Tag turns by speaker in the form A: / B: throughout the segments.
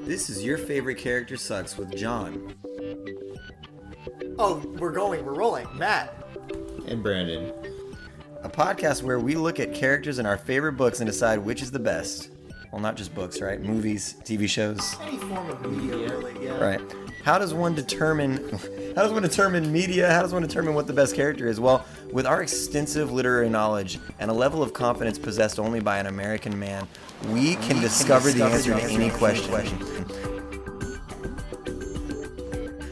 A: This is Your Favorite Character Sucks with John
B: Oh, we're going, we're rolling. Matt.
C: and Brandon.
A: a podcast where we look at characters in our favorite books and decide which is the best. Well, not just books, right? Movies, TV shows,
B: Any form of media, really, yeah.
A: right? How does one determine? How does one determine media? How does one determine what the best character is? Well, with our extensive literary knowledge and a level of confidence possessed only by an American man, we can discover the answer to any question.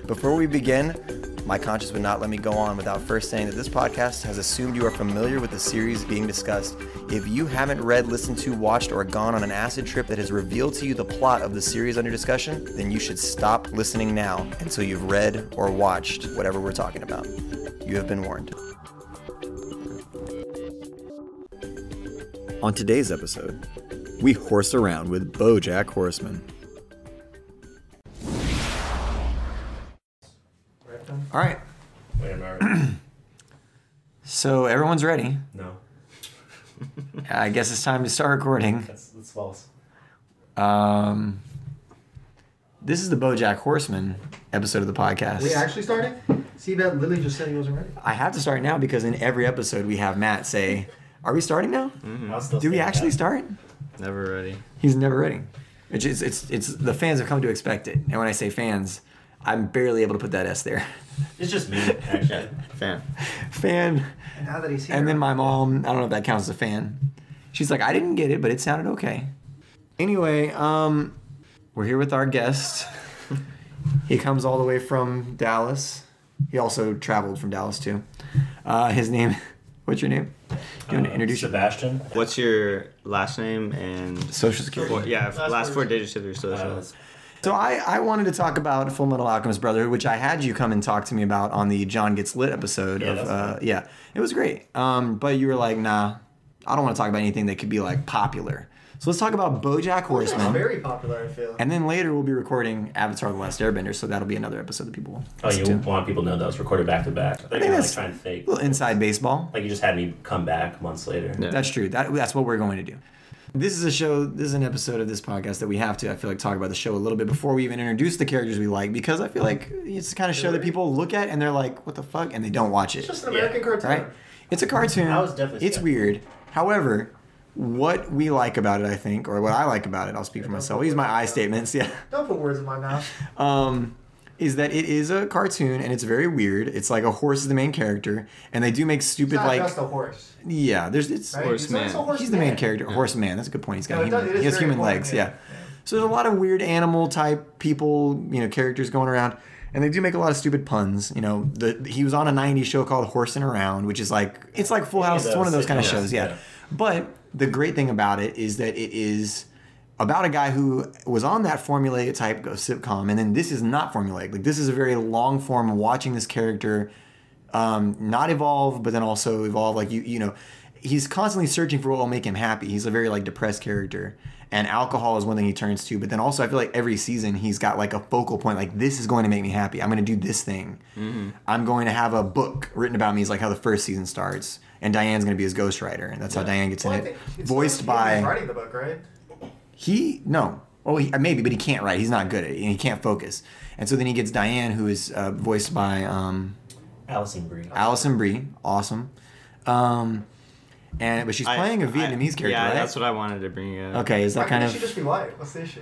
A: Before we begin, my conscience would not let me go on without first saying that this podcast has assumed you are familiar with the series being discussed. If you haven't read, listened to, watched, or gone on an acid trip that has revealed to you the plot of the series under discussion, then you should stop listening now until you've read or watched whatever we're talking about. You have been warned.
C: On today's episode, we horse around with Bojack Horseman.
A: All right.
D: Wait, am I ready?
A: So everyone's ready.
D: no.
A: I guess it's time to start recording.
D: That's, that's false.
A: Um, this is the BoJack Horseman episode of the podcast.
B: We actually starting? See, Matt literally just said he wasn't ready.
A: I have to start now because in every episode we have Matt say, "Are we starting now?
B: Mm-hmm.
D: I'll still
A: Do we
D: say
A: actually
D: that.
A: start?"
C: Never ready.
A: He's never ready. It's, it's it's it's the fans have come to expect it. And when I say fans, I'm barely able to put that S there.
D: It's just me, actually.
C: Fan.
A: Fan.
B: And now that he's here.
A: And then my mom, I don't know if that counts as a fan. She's like, "I didn't get it, but it sounded okay." Anyway, um, we're here with our guest. he comes all the way from Dallas. He also traveled from Dallas too. Uh, his name, what's your name? Do you want to
D: Uh,
A: introduce your
D: Sebastian.
C: What's your last name and
A: Social Security.
C: four, yeah, last,
B: four
C: four digits of your social?
D: Uh,
A: So I, I wanted to talk about Full Metal Alchemist Brotherhood, which I had you come and talk to me about on the John Gets Lit episode.
D: Yeah,
A: of,
D: that's
A: uh, yeah, it was great. Um, but you were like, nah, I don't want to talk about anything that could be like popular. So let's talk about BoJack
B: It's
A: Horseman,
B: very popular, I feel.
A: and then later we'll be recording Avatar: The Last Airbender. So that'll be another episode that people will
D: oh, you
A: listen to.
D: want people to know that was recorded back to back. Like,
A: think
D: you're, like
A: that's-
D: trying to fake.
A: A little inside baseball.
D: Like you just had me come back months later.
C: Yeah.
A: That's true. That, that's what we're going to do. This is a show, this is an episode of this podcast that we have to, I feel like, talk about the show a little bit before we even introduce the characters we like because I feel like it's the kind of show that people look at and they're like, what the fuck? And they don't watch it.
B: It's just an American cartoon.
A: Right? It's a cartoon.
D: I was definitely
A: it's
D: skeptical.
A: weird. However, what we like about it, I think, or what I like about it, I'll speak for myself. I'll use my I statements, yeah.
B: Don't put words in my mouth.
A: Um, is that it is a cartoon and it's very weird. It's like a horse is the main character, and they do make stupid
B: It's not
A: like
B: just a horse.
A: yeah. There's it's
B: Right? It's-
C: Horseman.
B: it's a horse
A: He's the main
B: man.
A: character, horseman. That's a good point. He's got
B: No, it
A: human,
B: does- it is
A: he has
B: very
A: human
B: important,
A: legs,
B: yeah.
A: yeah. So there's a lot of weird animal type people, you know, characters going around, and they do make a lot of stupid puns. You know, the he was on a '90s show called Horsin' Around, which is like it's like Full House. It's one of those kind of
D: yeah,
A: shows, yeah.
D: yeah.
A: But the great thing about it is that it is about a guy who was on that formulaic type of sitcom, and then this is not formulaic. Like this is a very long form watching this character um, not evolve, but then also evolve. Like you, you know, he's constantly searching for what will make him happy. He's a very like depressed character, and alcohol is one thing he turns to. But then also, I feel like every season he's got like a focal point. Like this is going to make me happy. I'm going to do this thing. I'm going to have a book written about me. Is like how the first season starts, and Diane's going to be his ghostwriter, and that's how Diane gets
B: Well, I
A: in it,
B: think it's
A: voiced
B: not- he was
A: by
B: writing the book, right?
A: he no. Oh, he, maybe, but he can't write. He's not good at it, and he can't focus. And so then he gets Diane, who is uh, voiced by um,
D: Allison Brie.
A: Allison Brie, awesome. Um, and but she's
C: I-
A: playing a
C: I-
A: Vietnamese character,
C: Yeah,
A: right?
C: that's what I wanted to bring up.
A: okay, is
B: Why
A: that kind
B: couldn't
A: of
B: she just be white? What's the issue?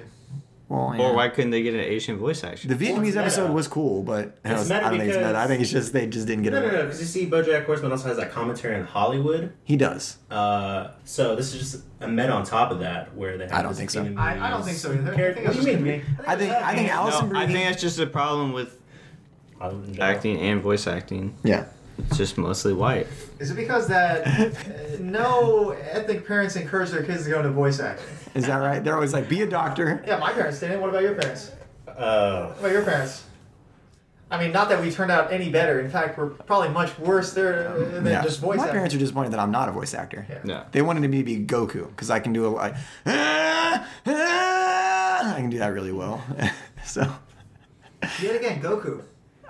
A: well? yeah.
C: Or why couldn't they get an Asian voice actor?
A: the
D: Well,
A: Vietnamese
D: it's
A: episode
D: meta.
A: was cool, but I,
D: It's
A: don't-
D: meta
A: I don't think it's
D: because-
A: meta. I think it's just they just didn't get
D: No,
A: it.
D: no,
A: right.
D: no. Because you see, BoJack Horseman also has that commentary on Hollywood.
A: He does.
D: Uh, so this is just a meta on top of that, where they have
A: I don't
D: this
A: think so.
D: Vietnamese
B: I, I don't think so either. I think
D: Character.
B: that's
D: What do you
B: just
D: mean?
B: gonna be-
A: I think I think Allison
C: no,
A: Brie.
C: I think that's just a problem with
D: Hollywood in general.
C: acting and voice acting.
A: yeah.
C: It's just mostly white.
B: Is it because that uh, no ethnic parents encourage their kids to go into voice acting?
A: Is that right? They're always like, be a doctor.
B: Yeah, my parents didn't. What about your parents?
D: Uh,
B: What about your parents? I mean, not that we turned out any better. In fact, we're probably much worse there uh, than
A: Yeah.
B: just voice
A: My
B: acting.
A: parents are disappointed that I'm not a voice actor.
B: Yeah.
C: No.
A: They wanted me to be Goku because I can do a like, ah, ah, I can do that really well. so
B: Yet again, Goku.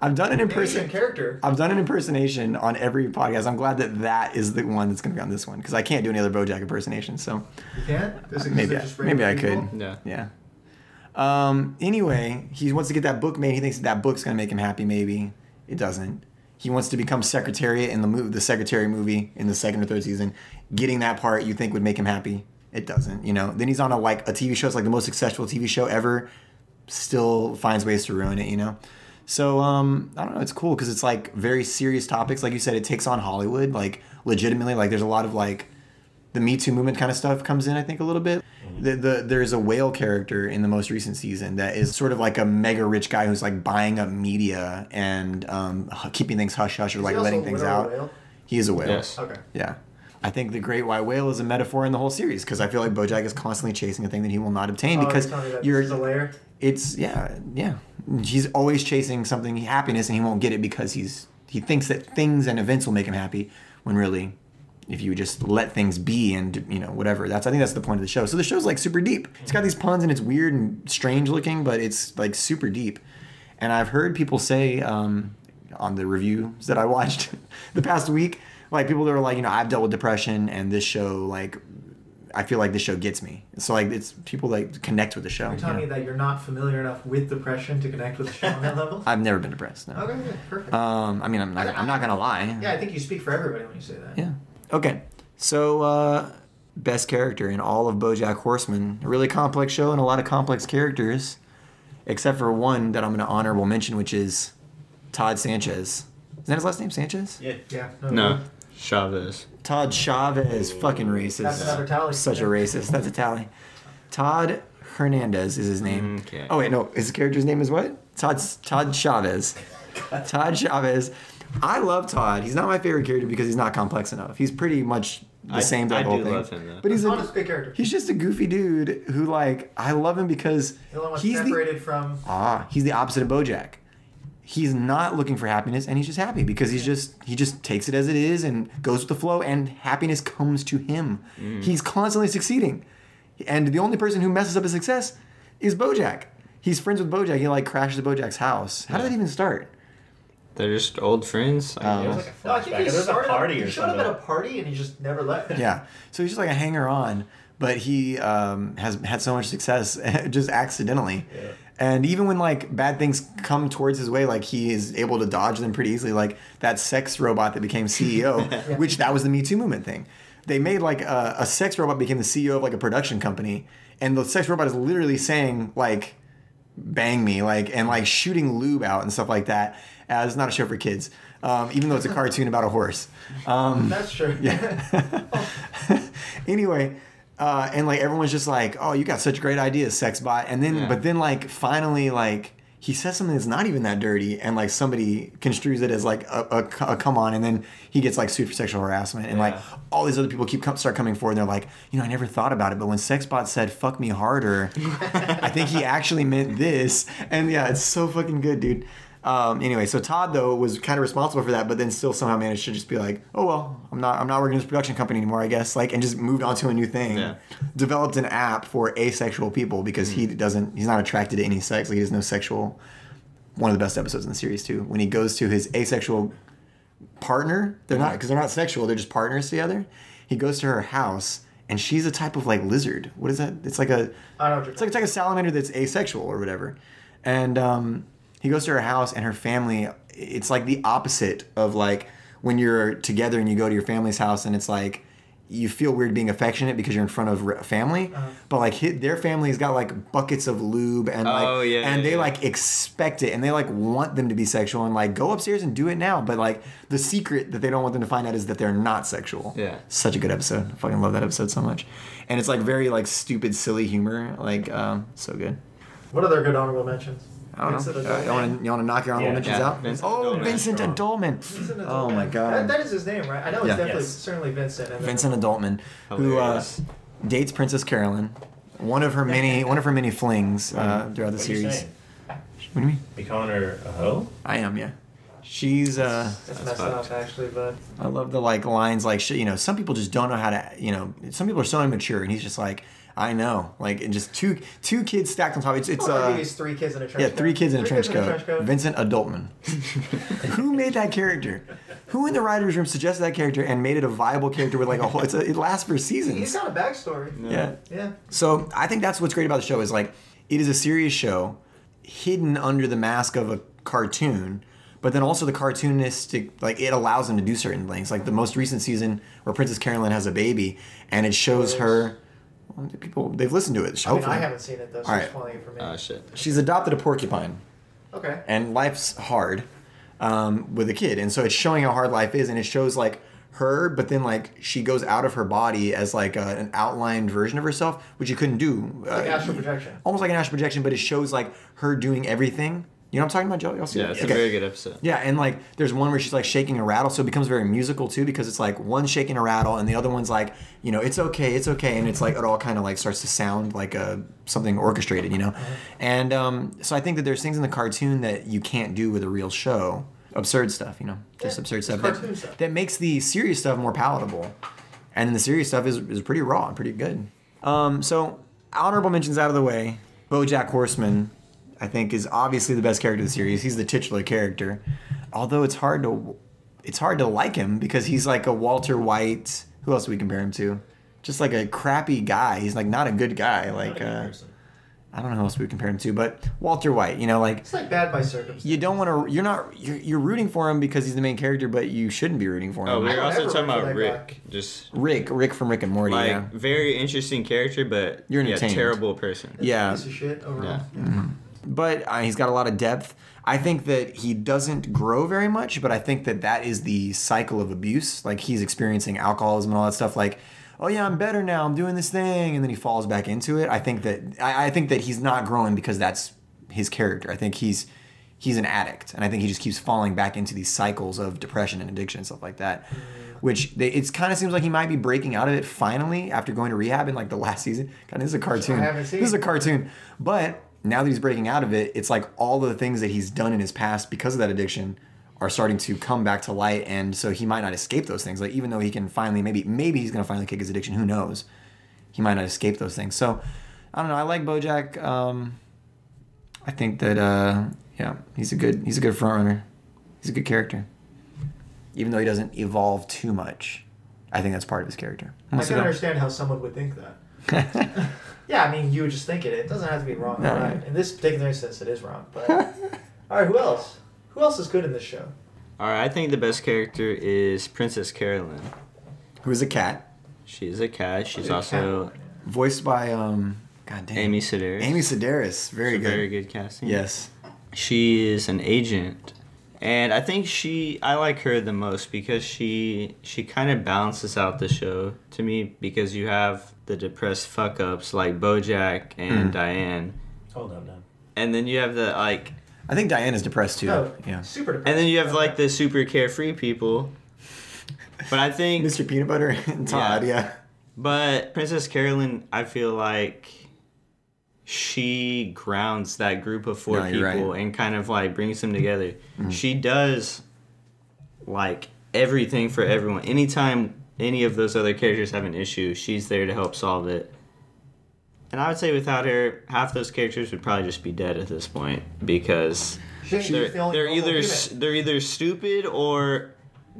A: I've done an
B: person
A: impersonation.
B: character.
A: I've done an impersonation on every podcast. I'm glad that that is the one that's going to be on this one because I can't do any other BoJack impersonation. So
B: You can't. This is-
A: maybe
B: they're
A: I,
B: just
A: maybe I
B: regular
A: could.
B: people?
E: Yeah.
A: Yeah. Um, anyway, he wants to get that book made. He thinks that book's gonna make him happy. Maybe it doesn't. He wants to become Secretariat in the move the Secretary movie in the second or third season. Getting that part you think would make him happy. It doesn't. You know. Then he's on a like a TV show. It's like the most successful TV show ever. Still finds ways to ruin it. You know. So um, I don't know. It's cool because it's like very serious topics. Like you said, it takes on Hollywood. Like legitimately. Like there's a lot of like the Me Too movement kind of stuff comes in, I think, a little bit. The, the, there's a whale character in the most recent season that is sort of like a mega rich guy who's like buying up media and um, h- keeping things hush hush or like
B: also
A: letting
B: a
A: things
B: whale,
A: out.
B: whale?
A: He is a whale.
E: Yes.
B: Okay.
A: Yeah. I think the great white whale is a metaphor in the whole series because I feel like Bojack is constantly chasing a thing that he will not obtain
B: Oh,
A: because
B: you're telling me that
A: you're
B: this is a layer.
A: it's yeah yeah he's always chasing something happiness and he won't get it because he's he thinks that things and events will make him happy when really if you just let things be and you know whatever that's i think that's the point of the show so the show's like super deep it's got these puns and it's weird and strange looking but it's like super deep and i've heard people say um, on the reviews that i watched the past week like people that are like you know i've dealt with depression and this show like i feel like this show gets me so like it's people like connect with the show
B: You're telling
A: you know?
B: me that you're not familiar enough with depression to connect with the show on that level?
A: I've never been depressed. No.
B: okay, yeah, perfect.
A: Um, I mean, I'm not. I'm not gonna lie.
B: yeah, I think you speak for everybody when you say that.
A: Yeah. Okay. So, uh, best character in all of BoJack Horseman. A really complex show and a lot of complex characters, except for one that I'm gonna honorable mention, which is Todd Sanchez. Is that his last name, Sanchez?
D: Yeah.
B: Yeah. No.
E: No, Chavez.
A: Todd Chavez, fucking racist.
B: That's another tally.
A: Such a racist. That's a tally. Todd Hernandez is his name.
E: Okay.
A: Oh wait, no, his character's name is what? Todd Todd Chavez. Todd Chavez. I love Todd. He's not my favorite character because he's not complex enough. He's pretty much the
E: I-
A: same type
E: I
A: of whole
E: do
A: thing.
E: love him, though.
A: But he's
B: Todd is a
A: a,
B: good character.
A: he's just a goofy dude who like I love him because
B: The only one
A: he's the
B: separated from.
A: Ah, he's the opposite of Bojack. He's not looking for happiness, and he's just happy because he's just he just takes it as it is and goes with the flow, and happiness comes to him. He's constantly succeeding, and the only person who messes up his success is Bojack. He's friends with Bojack. He like crashes at Bojack's house. How did that even start?
E: They're just old friends. I
A: Oh.
D: It was
E: guess.
D: like a
B: No, I
D: flashback.
B: think
D: It
B: he
D: was a
B: started.
D: party
B: he
D: or
B: showed up
D: something.
B: at a party and he just never left.
A: Yeah, so he's just like a hanger on, but he um, has had so much success just accidentally. And even when like bad things come towards his way, like he is able to dodge them pretty easily. Like that sex robot that became CEO, which that was the Me Too movement thing. They made like a, a sex robot became the CEO of like a production company, and the sex robot is literally saying like bang me like and like shooting lube out and stuff like that. Uh, it's not a show for kids, um, even though it's a cartoon about a horse.
B: That's true. Yeah.
A: anyway, uh, and like everyone's just like, "Oh, you got such great ideas, sex bot." And then,
E: Yeah.
A: but then, like finally, like he says something that's not even that dirty, and like somebody construes it as like a, a c- a come on, and then he gets like sued for sexual harassment, and like
E: Yeah.
A: all these other people keep com- start coming forward, and they're like, "You know, I never thought about it, but when Sexbot said fuck me harder, I think he actually meant this." And yeah, it's so fucking good, dude. Um, anyway, so Todd though was kind of responsible for that, but then still somehow managed to just be like, "Oh well, I'm not I'm not working in this production company anymore, I guess." Like, and just moved on to a new thing.
E: Yeah.
A: Developed an app for asexual people because he doesn't he's not attracted to any sex. Like, he has no sexual. One of the best episodes in the series too, when he goes to his asexual partner. They're not because they're not sexual. They're just partners together. He goes to her house, and she's a type of like lizard. What is that? It's like a
B: I don't know.
A: it's like it's like a salamander that's asexual or whatever. And um, he goes to her house, and her family. It's like the opposite of like when you're together and you go to your family's house, and it's like you feel weird being affectionate because you're in front of re- family.
E: Uh-huh.
A: But like hi their family's got like buckets of lube and like
E: Oh, yeah,
A: and
E: yeah,
A: they
E: yeah.
A: like expect it and they like want them to be sexual and like go upstairs and do it now. But like the secret that they don't want them to find out is that they're not sexual.
E: Yeah.
A: Such a good episode. I fucking love that episode so much. And it's like very like stupid, silly humor. Like, um, so good.
B: What other good honorable mentions?
A: I don't
B: Vincent
A: know.
B: Adult
A: Uh, you want to you wanna knock your honorable
D: Yeah.
A: mentions
E: Yeah.
A: out?
E: Vincent
A: oh,
E: Adultman.
A: Vincent
D: Strong.
A: Adultman.
B: Vincent Adult.
A: Oh my god.
B: That, that is his name, right? I know it's
A: Yeah.
B: definitely
D: Yes.
B: certainly Vincent. And then-
A: Vincent Adultman, who uh,
E: Hilarious.
A: dates Princess Carolyn, one of her many one of her many flings uh, throughout the
D: What are you
A: series.
D: saying?
A: What do you mean?
D: You calling her a hoe?
A: I am, yeah. She's uh
B: That's,
E: That's
B: messed up,
E: fucked.
B: actually, but
A: I love the like lines like sh- you know some people just don't know how to you know some people are so immature and he's just like I know, like and just two two kids stacked on top. It's it's
B: Or maybe
A: uh,
B: Oh, it's three kids in a trench
A: yeah,
B: coat.
A: three kids in a trench
B: kids in
A: coat. Vincent Adultman. Who made that character? Who in the writers' room suggested that character and made it a viable character with like a whole? It's a, it lasts for
B: He's
A: seasons.
B: got a backstory.
A: Yeah.
B: Yeah.
A: So I think that's what's great about the show is like it is a serious show hidden under the mask of a cartoon, but then also the cartoonistic like it allows them to do certain things. Like the most recent season where Princess Carolyn has a baby and it shows her well, the people they've listened to it.
B: I mean,
A: Hopefully.
B: I haven't seen it though, so
A: All
B: it's
A: right.
B: funny for me.
C: Ah,
A: Ah,
E: Oh shit.
A: She's adopted a porcupine
B: okay.
A: and life's hard um, with a kid and so it's showing how hard life is and it shows like her but then like she goes out of her body as like a, an outlined version of herself which you couldn't do uh,
B: Like astral projection.
A: almost like an astral projection but it shows like her doing everything you know what i'm talking about joe Y'all see
E: Yeah,
A: that?
E: it's a very good episode.
A: yeah and like there's one where she's like shaking a rattle so it becomes very musical too because it's like one shaking a rattle and the other one's like you know it's okay it's okay and it's like it all kind of like starts to sound like a something orchestrated you
B: Uh-huh.
A: know and um, so i think that there's things in the cartoon that you can't do with a real show absurd stuff you know just
B: Yeah,
A: absurd
B: it's
A: stuff that,
B: cartoon stuff.
A: that makes the serious stuff more palatable and then the serious stuff is, is pretty raw and pretty good um, so honorable mentions out of the way bojack horseman i think is obviously the best character of the series he's the titular character although it's hard to it's hard to like him because he's like a walter white who else do we compare him to just like a crappy guy he's like not a good guy like uh, i don't know who else we compare him to but walter white you know like
B: It's like bad by circumstance.
A: you don't want to you're not you're, you're rooting for him because he's the main character but you shouldn't be rooting for him
E: Oh, we
B: I
E: were
B: don't
E: also
B: ever
E: talking
B: root for that
E: about Rick. Just
A: rick rick from rick and morty
E: like
A: yeah.
E: very interesting character, but
A: You're
E: yeah,
A: entertained.
E: terrible person.
A: yeah
B: Piece of shit overall.
E: Yeah.
A: Mm-hmm. but uh, he's got a lot of depth. I think that he doesn't grow very much, but I think that that is the cycle of abuse. Like he's experiencing alcoholism and all that stuff. Like, oh yeah, I'm better now. I'm doing this thing, and then he falls back into it. I think that I, I think that he's not growing because that's his character. I think he's he's an addict, and I think he just keeps falling back into these cycles of depression and addiction and stuff like that. Which they, it's kind of seems like he might be breaking out of it finally after going to rehab in like the last season. God, this is a cartoon.
B: haven't seen.
A: This is a cartoon. But now that he's breaking out of it, it's like all the things that he's done in his past because of that addiction are starting to come back to light, and so he might not escape those things. Like even though he can finally, maybe maybe he's gonna finally kick his addiction. Who knows? He might not escape those things. So I don't know. I like BoJack. Um, I think that uh, yeah, he's a good he's a good front runner. He's a good character, even though he doesn't evolve too much. I think that's part of his character.
B: I
A: Unless you
B: can
A: don't-
B: understand how someone would think that. yeah, I mean, you would just think it. It doesn't have to be wrong or
A: No,
B: right.
A: yeah.
B: In this particular instance, it is wrong. But all right, who else? Who else is good in this show?
E: All right, I think the best character is Princess Carolyn.
A: Who's a cat?
E: She's a cat. She's
B: Who's
E: also
B: Catwoman?
A: Voiced by um, God damn
E: Amy Sedaris.
A: Amy Sedaris, very
E: She's a
A: good.
E: Very good casting.
A: Yes.
E: She is an agent. And I think she I like her the most because she she kind of balances out the show to me because you have the depressed fuck ups like Bojack and
A: Mm.
E: Diane.
D: Hold on, man.
E: And then you have the like
A: I think Diana's depressed too.
B: Oh,
A: Yeah.
B: super.
E: and then you have like the super carefree people. But I think
A: Mr. Peanut Butter and Todd, yeah.
E: But Princess Carolyn, I feel like she grounds that group of four
A: No, you're
E: people
A: right. Mm-hmm.
E: and kind of like brings them together. She does like everything for everyone. Anytime any of those other characters have an issue, she's there to help solve it. And I would say without her, half those characters would probably just be dead at this point because
B: She's
E: they're,
B: the only
E: they're
B: normal
E: either
B: human.
E: s- they're either stupid or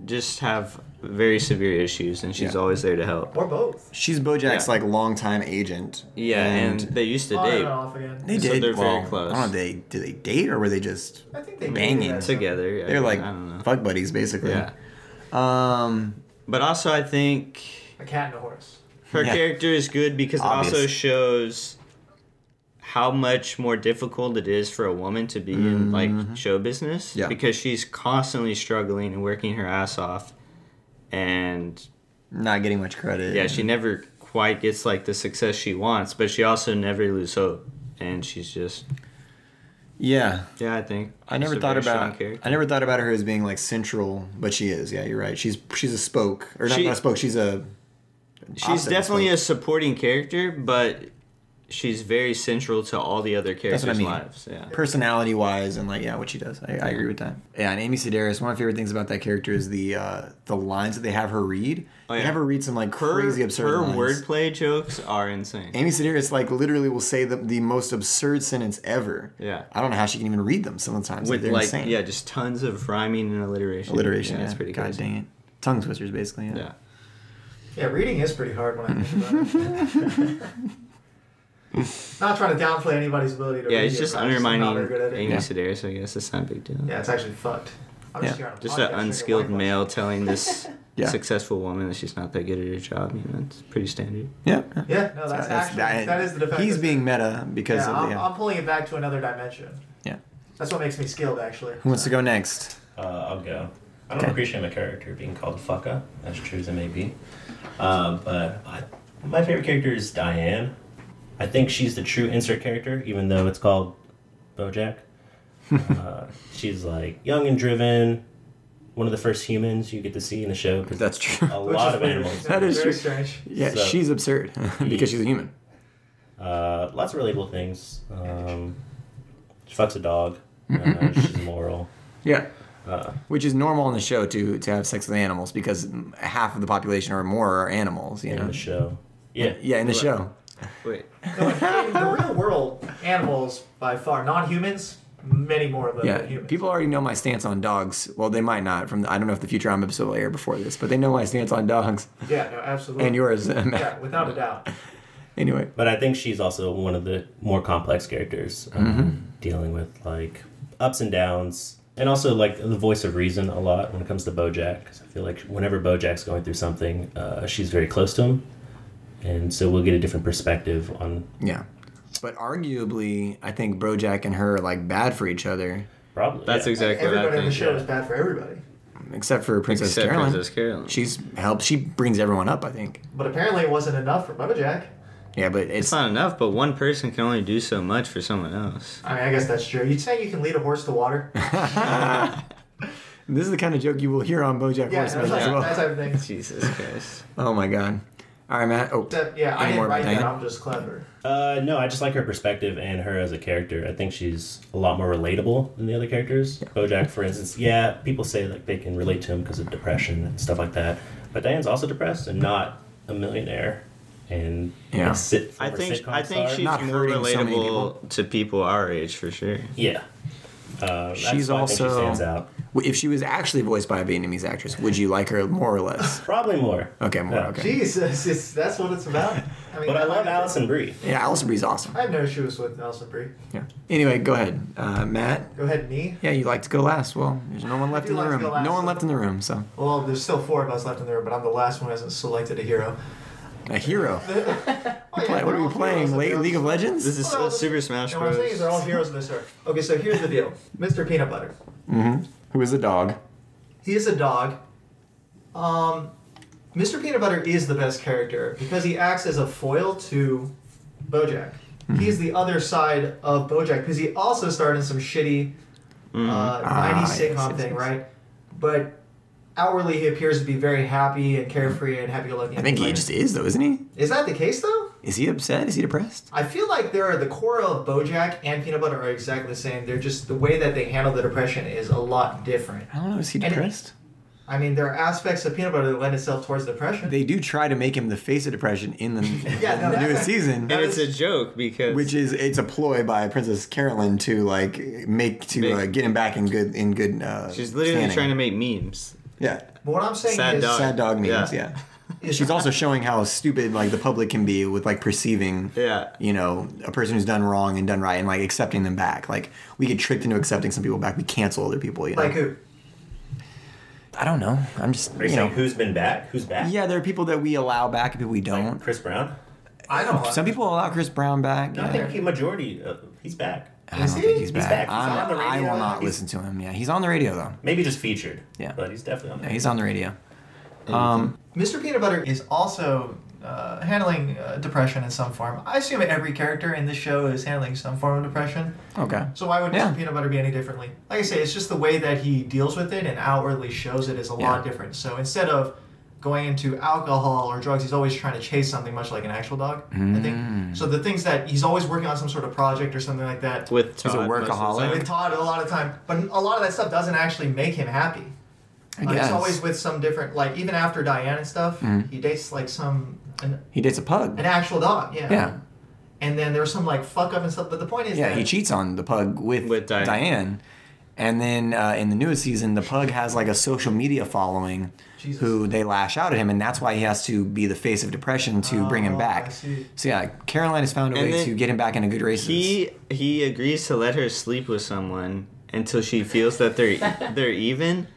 E: just have very severe issues, and she's
A: Yeah.
E: always there to help.
B: or both.
A: She's Bojack's
E: Yeah.
A: like longtime agent.
E: Yeah, and, they used to
B: On
E: date
B: and off again.
A: they
E: so
A: did.
E: they're very
A: well,
E: close.
A: I don't know. They did they date or were they just?
B: I think they do
A: Banging
B: that.
E: together.
A: They're
E: I guess.
A: like
E: I don't know.
A: fuck buddies basically.
E: Yeah,
A: Um.
E: but also I think
B: A cat and a horse.
E: her
A: Yeah.
E: character is good because
A: Obvious.
E: it also shows how much more difficult it is for a woman to be in like show business
A: Yeah.
E: because she's constantly struggling and working her ass off, and
A: Not getting much credit.
E: yeah, she never quite gets like the success she wants, but she also never loses hope, and she's just
A: Yeah.
E: yeah. I think
A: I never
E: just a
A: thought
E: very strong
A: about.
E: character.
A: I never thought about her as being like central, but she is. Yeah, you're right. She's she's a spoke or not,
E: She-
A: not a spoke. She's a.
E: She's
A: opposite, I
E: definitely
A: suppose.
E: a supporting character, but she's very central to all the other characters'
A: what I mean.
E: lives. Yeah.
A: personality wise and like yeah what she does I, I agree with that yeah and amy sedaris one of my favorite things about that character is the uh the lines that they have her read they
E: Oh, yeah.
A: have her read some like
E: Her,
A: crazy absurd
E: her
A: lines.
E: wordplay jokes are insane.
A: amy sedaris like literally will say the, the most absurd sentence ever
E: Yeah.
A: i don't know how she can even read them sometimes like,
E: With
A: they're
E: like
A: insane
E: yeah, just tons of rhyming and alliteration.
A: alliteration
E: Yeah,
A: yeah,
E: it's pretty
A: god
E: crazy.
A: dang it tongue twisters basically yeah,
E: Yeah.
B: Yeah, reading is pretty hard when I think about it. Not trying to downplay anybody's ability to
E: Yeah,
B: read.
E: it's
B: it,
E: just
B: but I'm not
E: undermining
B: very good at it.
E: Amy
A: Yeah.
E: Sedaris, I guess. It's not a big deal.
B: Yeah, it's actually fucked. I'm
A: Yeah.
B: here on a
E: Just
B: podcast,
E: an
B: drinking
E: unskilled
B: white
E: male telling this
A: Yeah.
E: successful woman that she's not that good at her job. You know, it's pretty standard.
A: yeah.
B: Russian. Yeah, no, that's, actually that is the defense.
A: he's being meta because
B: Yeah,
A: of
B: I'm,
A: the, yeah.
B: I'm pulling it back to another dimension.
A: yeah
B: That's what makes me skilled, actually.
A: who wants to go next
D: Uh, I'll go. I don't
A: Okay.
D: appreciate my character being called fuck up, as true as it may be. Uh, but I, my favorite character is Diane. I think she's the true insert character, even though it's called Bojack. uh, she's like young and driven, one of the first humans you get to see in the show. 'cause
A: that's true
D: a
B: Which
D: lot
B: is
D: of
B: weird.
D: animals.
A: That is
B: very
A: true.
B: strange.
A: yeah
D: So-
A: she's absurd because she's a human
D: Uh, lots of relatable things. Um, she fucks a dog. Uh, she's moral.
A: yeah
D: Uh,
A: which is normal in the show to to have sex with animals because half of the population or more are animals. You
D: in
A: know,
D: the show. Yeah.
A: yeah, in the show,
E: Wait.
B: No, in the real world, animals by far, non-humans, many more of them
A: yeah.
B: than humans.
A: People already know my stance on dogs. Well, they might not. From the, I don't know if the Futurama episode will air before this, but they know my stance on dogs
B: yeah, no, absolutely.
A: and yours.
B: yeah, without a doubt.
A: anyway,
D: But I think she's also one of the more complex characters, um, dealing with like ups and downs, and also like the voice of reason a lot when it comes to BoJack. 'cause I feel like whenever BoJack's going through something, uh, she's very close to him, and so we'll get a different perspective on
A: yeah. But arguably, I think BoJack and her are like bad for each other,
D: probably.
E: That's
D: yeah.
E: exactly what I
B: Everybody
E: think.
B: in the show
E: yeah.
B: is bad for everybody.
A: except for Princess
E: Except
A: Caroline.
E: Princess Carolyn.
A: She's helped. She brings everyone up. I think.
B: But apparently it wasn't enough for Bojack.
A: Yeah, but it's,
E: It's not enough, but one person can only do so much for someone else.
B: I mean, I guess that's true. You'd say you can lead a horse to water. yeah,
A: this is the kind of joke you will hear on BoJack
B: that's
A: Horseman
B: like,
A: as well.
B: that type of thing.
E: Jesus Christ.
A: Oh my god. All right, Matt. Oh,
B: Except, yeah, I
A: Any
B: didn't
A: more
B: write that.
A: opinion?
B: I'm just clever.
D: Uh, no, I just like her perspective and her as a character. I think she's a lot more relatable than the other characters. Bojack, for instance, yeah, people say like they can relate to him because of depression and stuff like that. But Diane's also depressed and not a millionaire. And
A: Yeah.
D: a sit,
E: I
D: former
E: think
D: sitcom
E: I think
D: star.
E: she's
A: Not
E: more
A: hurting so many
E: relatable to people our age for sure.
D: yeah. Uh, that's
A: She's
D: why I think
A: also-
D: she stands out.
A: If she was actually voiced by a Vietnamese actress, would you like her more or less?
D: Probably more.
A: Okay, more.
D: Yeah.
A: Okay.
B: Jesus, it's, that's what it's about. I mean,
D: But I love Allison Brie.
A: Yeah, Alison Brie's awesome.
B: I have no issues with Nelson Bree.
A: Yeah. Anyway, go ahead, uh, Matt.
B: Go ahead, me.
A: Yeah, you like to go last. Well, there's no one left
B: do
A: in the
B: like to
A: room.
B: go last.
A: No one left in the room. So
B: Well, there's still four of us left in the room, but I'm the last one who hasn't selected a hero.
A: a hero.
B: Oh, yeah,
A: Play- what
B: they're
A: are
B: all
A: we playing?
B: heroes.
A: Le- League of Legends.
E: This is
B: Well,
E: uh, Super Smash
B: No, what I'm saying is
E: Bros.
B: they're all heroes in this earth. Okay, so here's the deal. Mr. Peanut Butter.
A: Who is a dog?
B: He is a dog. Um, Mr. Peanut Butter is the best character because he acts as a foil to Bojack.
A: Mm-hmm.
B: He's the other side of Bojack because he also starred in some shitty uh, 90s
A: Ah, yes,
B: sitcom
A: yes,
B: thing,
A: yes.
B: right? But outwardly, he appears to be very happy and carefree and happy-go-lucky.
A: I think he just is though, isn't he?
B: is that the case though.
A: Is he upset? Is he depressed?
B: I feel like there are the core of BoJack and Peanut Butter are exactly the same. They're just the way that they handle the depression is a lot different.
A: I don't know. Is he
B: And-
A: depressed?
B: I mean, there are aspects of Peanut Butter that lend itself towards depression.
A: They do try to make him the face of depression in the,
B: Yeah, no,
A: the
B: that's-
A: newest season.
E: And it's a joke because
A: which is it's a ploy by Princess Carolyn to like make to uh,
E: Make-
A: get him back in good in good. Uh,
E: she's literally
A: standing.
E: trying to make memes.
A: yeah
B: but what I'm saying
E: Sad
B: is,
E: dog.
A: sad dog memes
E: Yeah.
A: yeah. She's also showing how stupid like the public can be with like perceiving
E: Yeah.
A: you know a person who's done wrong and done right and like accepting them back like we get tricked into accepting some people back we cancel other people you know
B: like who?
A: I don't know I'm just
D: Are you
A: you know
D: saying who's been back? Who's back?
A: yeah there are people that we allow back and people we don't
D: Chris Brown.
B: I don't.
A: some people allow Chris Brown back
D: I
A: yeah.
D: think he majority. Uh, he's back.
A: I don't
B: Is he?
A: think he's
B: He's
A: back,
D: back. He's
A: I'm-
D: on the
A: I
D: radio.
A: will not
D: He's-
A: listen to him yeah he's on the radio though
D: Maybe just featured.
A: Yeah.
D: But he's definitely on
A: yeah,
D: there.
A: he's on the radio um
B: Mr. Peanut Butter is also uh, handling uh, depression in some form. I assume every character in this show is handling some form of depression.
A: okay
B: So why would
A: Yeah.
B: Mr. Peanut Butter be any differently? Like I say, it's just the way that he deals with it and outwardly shows it is a lot
A: Yeah.
B: different. So instead of going into alcohol or drugs. He's always trying to chase something, much like an actual dog. I
A: Mm.
B: think. So the things that he's always working on some sort of project or something like that.
E: with
A: a
E: Todd. most of the
A: workaholic.
E: time.
B: with Todd a lot of time, but a lot of that stuff doesn't actually make him happy.
A: I
B: Like,
A: guess.
B: he's always with some different, like even after Diane and stuff,
A: Mm-hmm.
B: he dates like some an,
A: he dates a pug.
B: an actual dog. Yeah.
A: Yeah.
B: And then there's some like fuck up and stuff. But the point is
A: Yeah,
B: that
A: he cheats on the pug with,
E: With Diane.
A: Diane. And then uh, in the newest season, the pug has like a social media following
B: Jesus.
A: who they lash out at him, and that's why he has to be the face of depression to bring him
B: Oh, I
A: back.
B: see.
A: So yeah, Caroline has found a
E: And
A: way
E: then
A: to get him back into good races.
E: He he agrees to let her sleep with someone until she feels that they're e, they're even.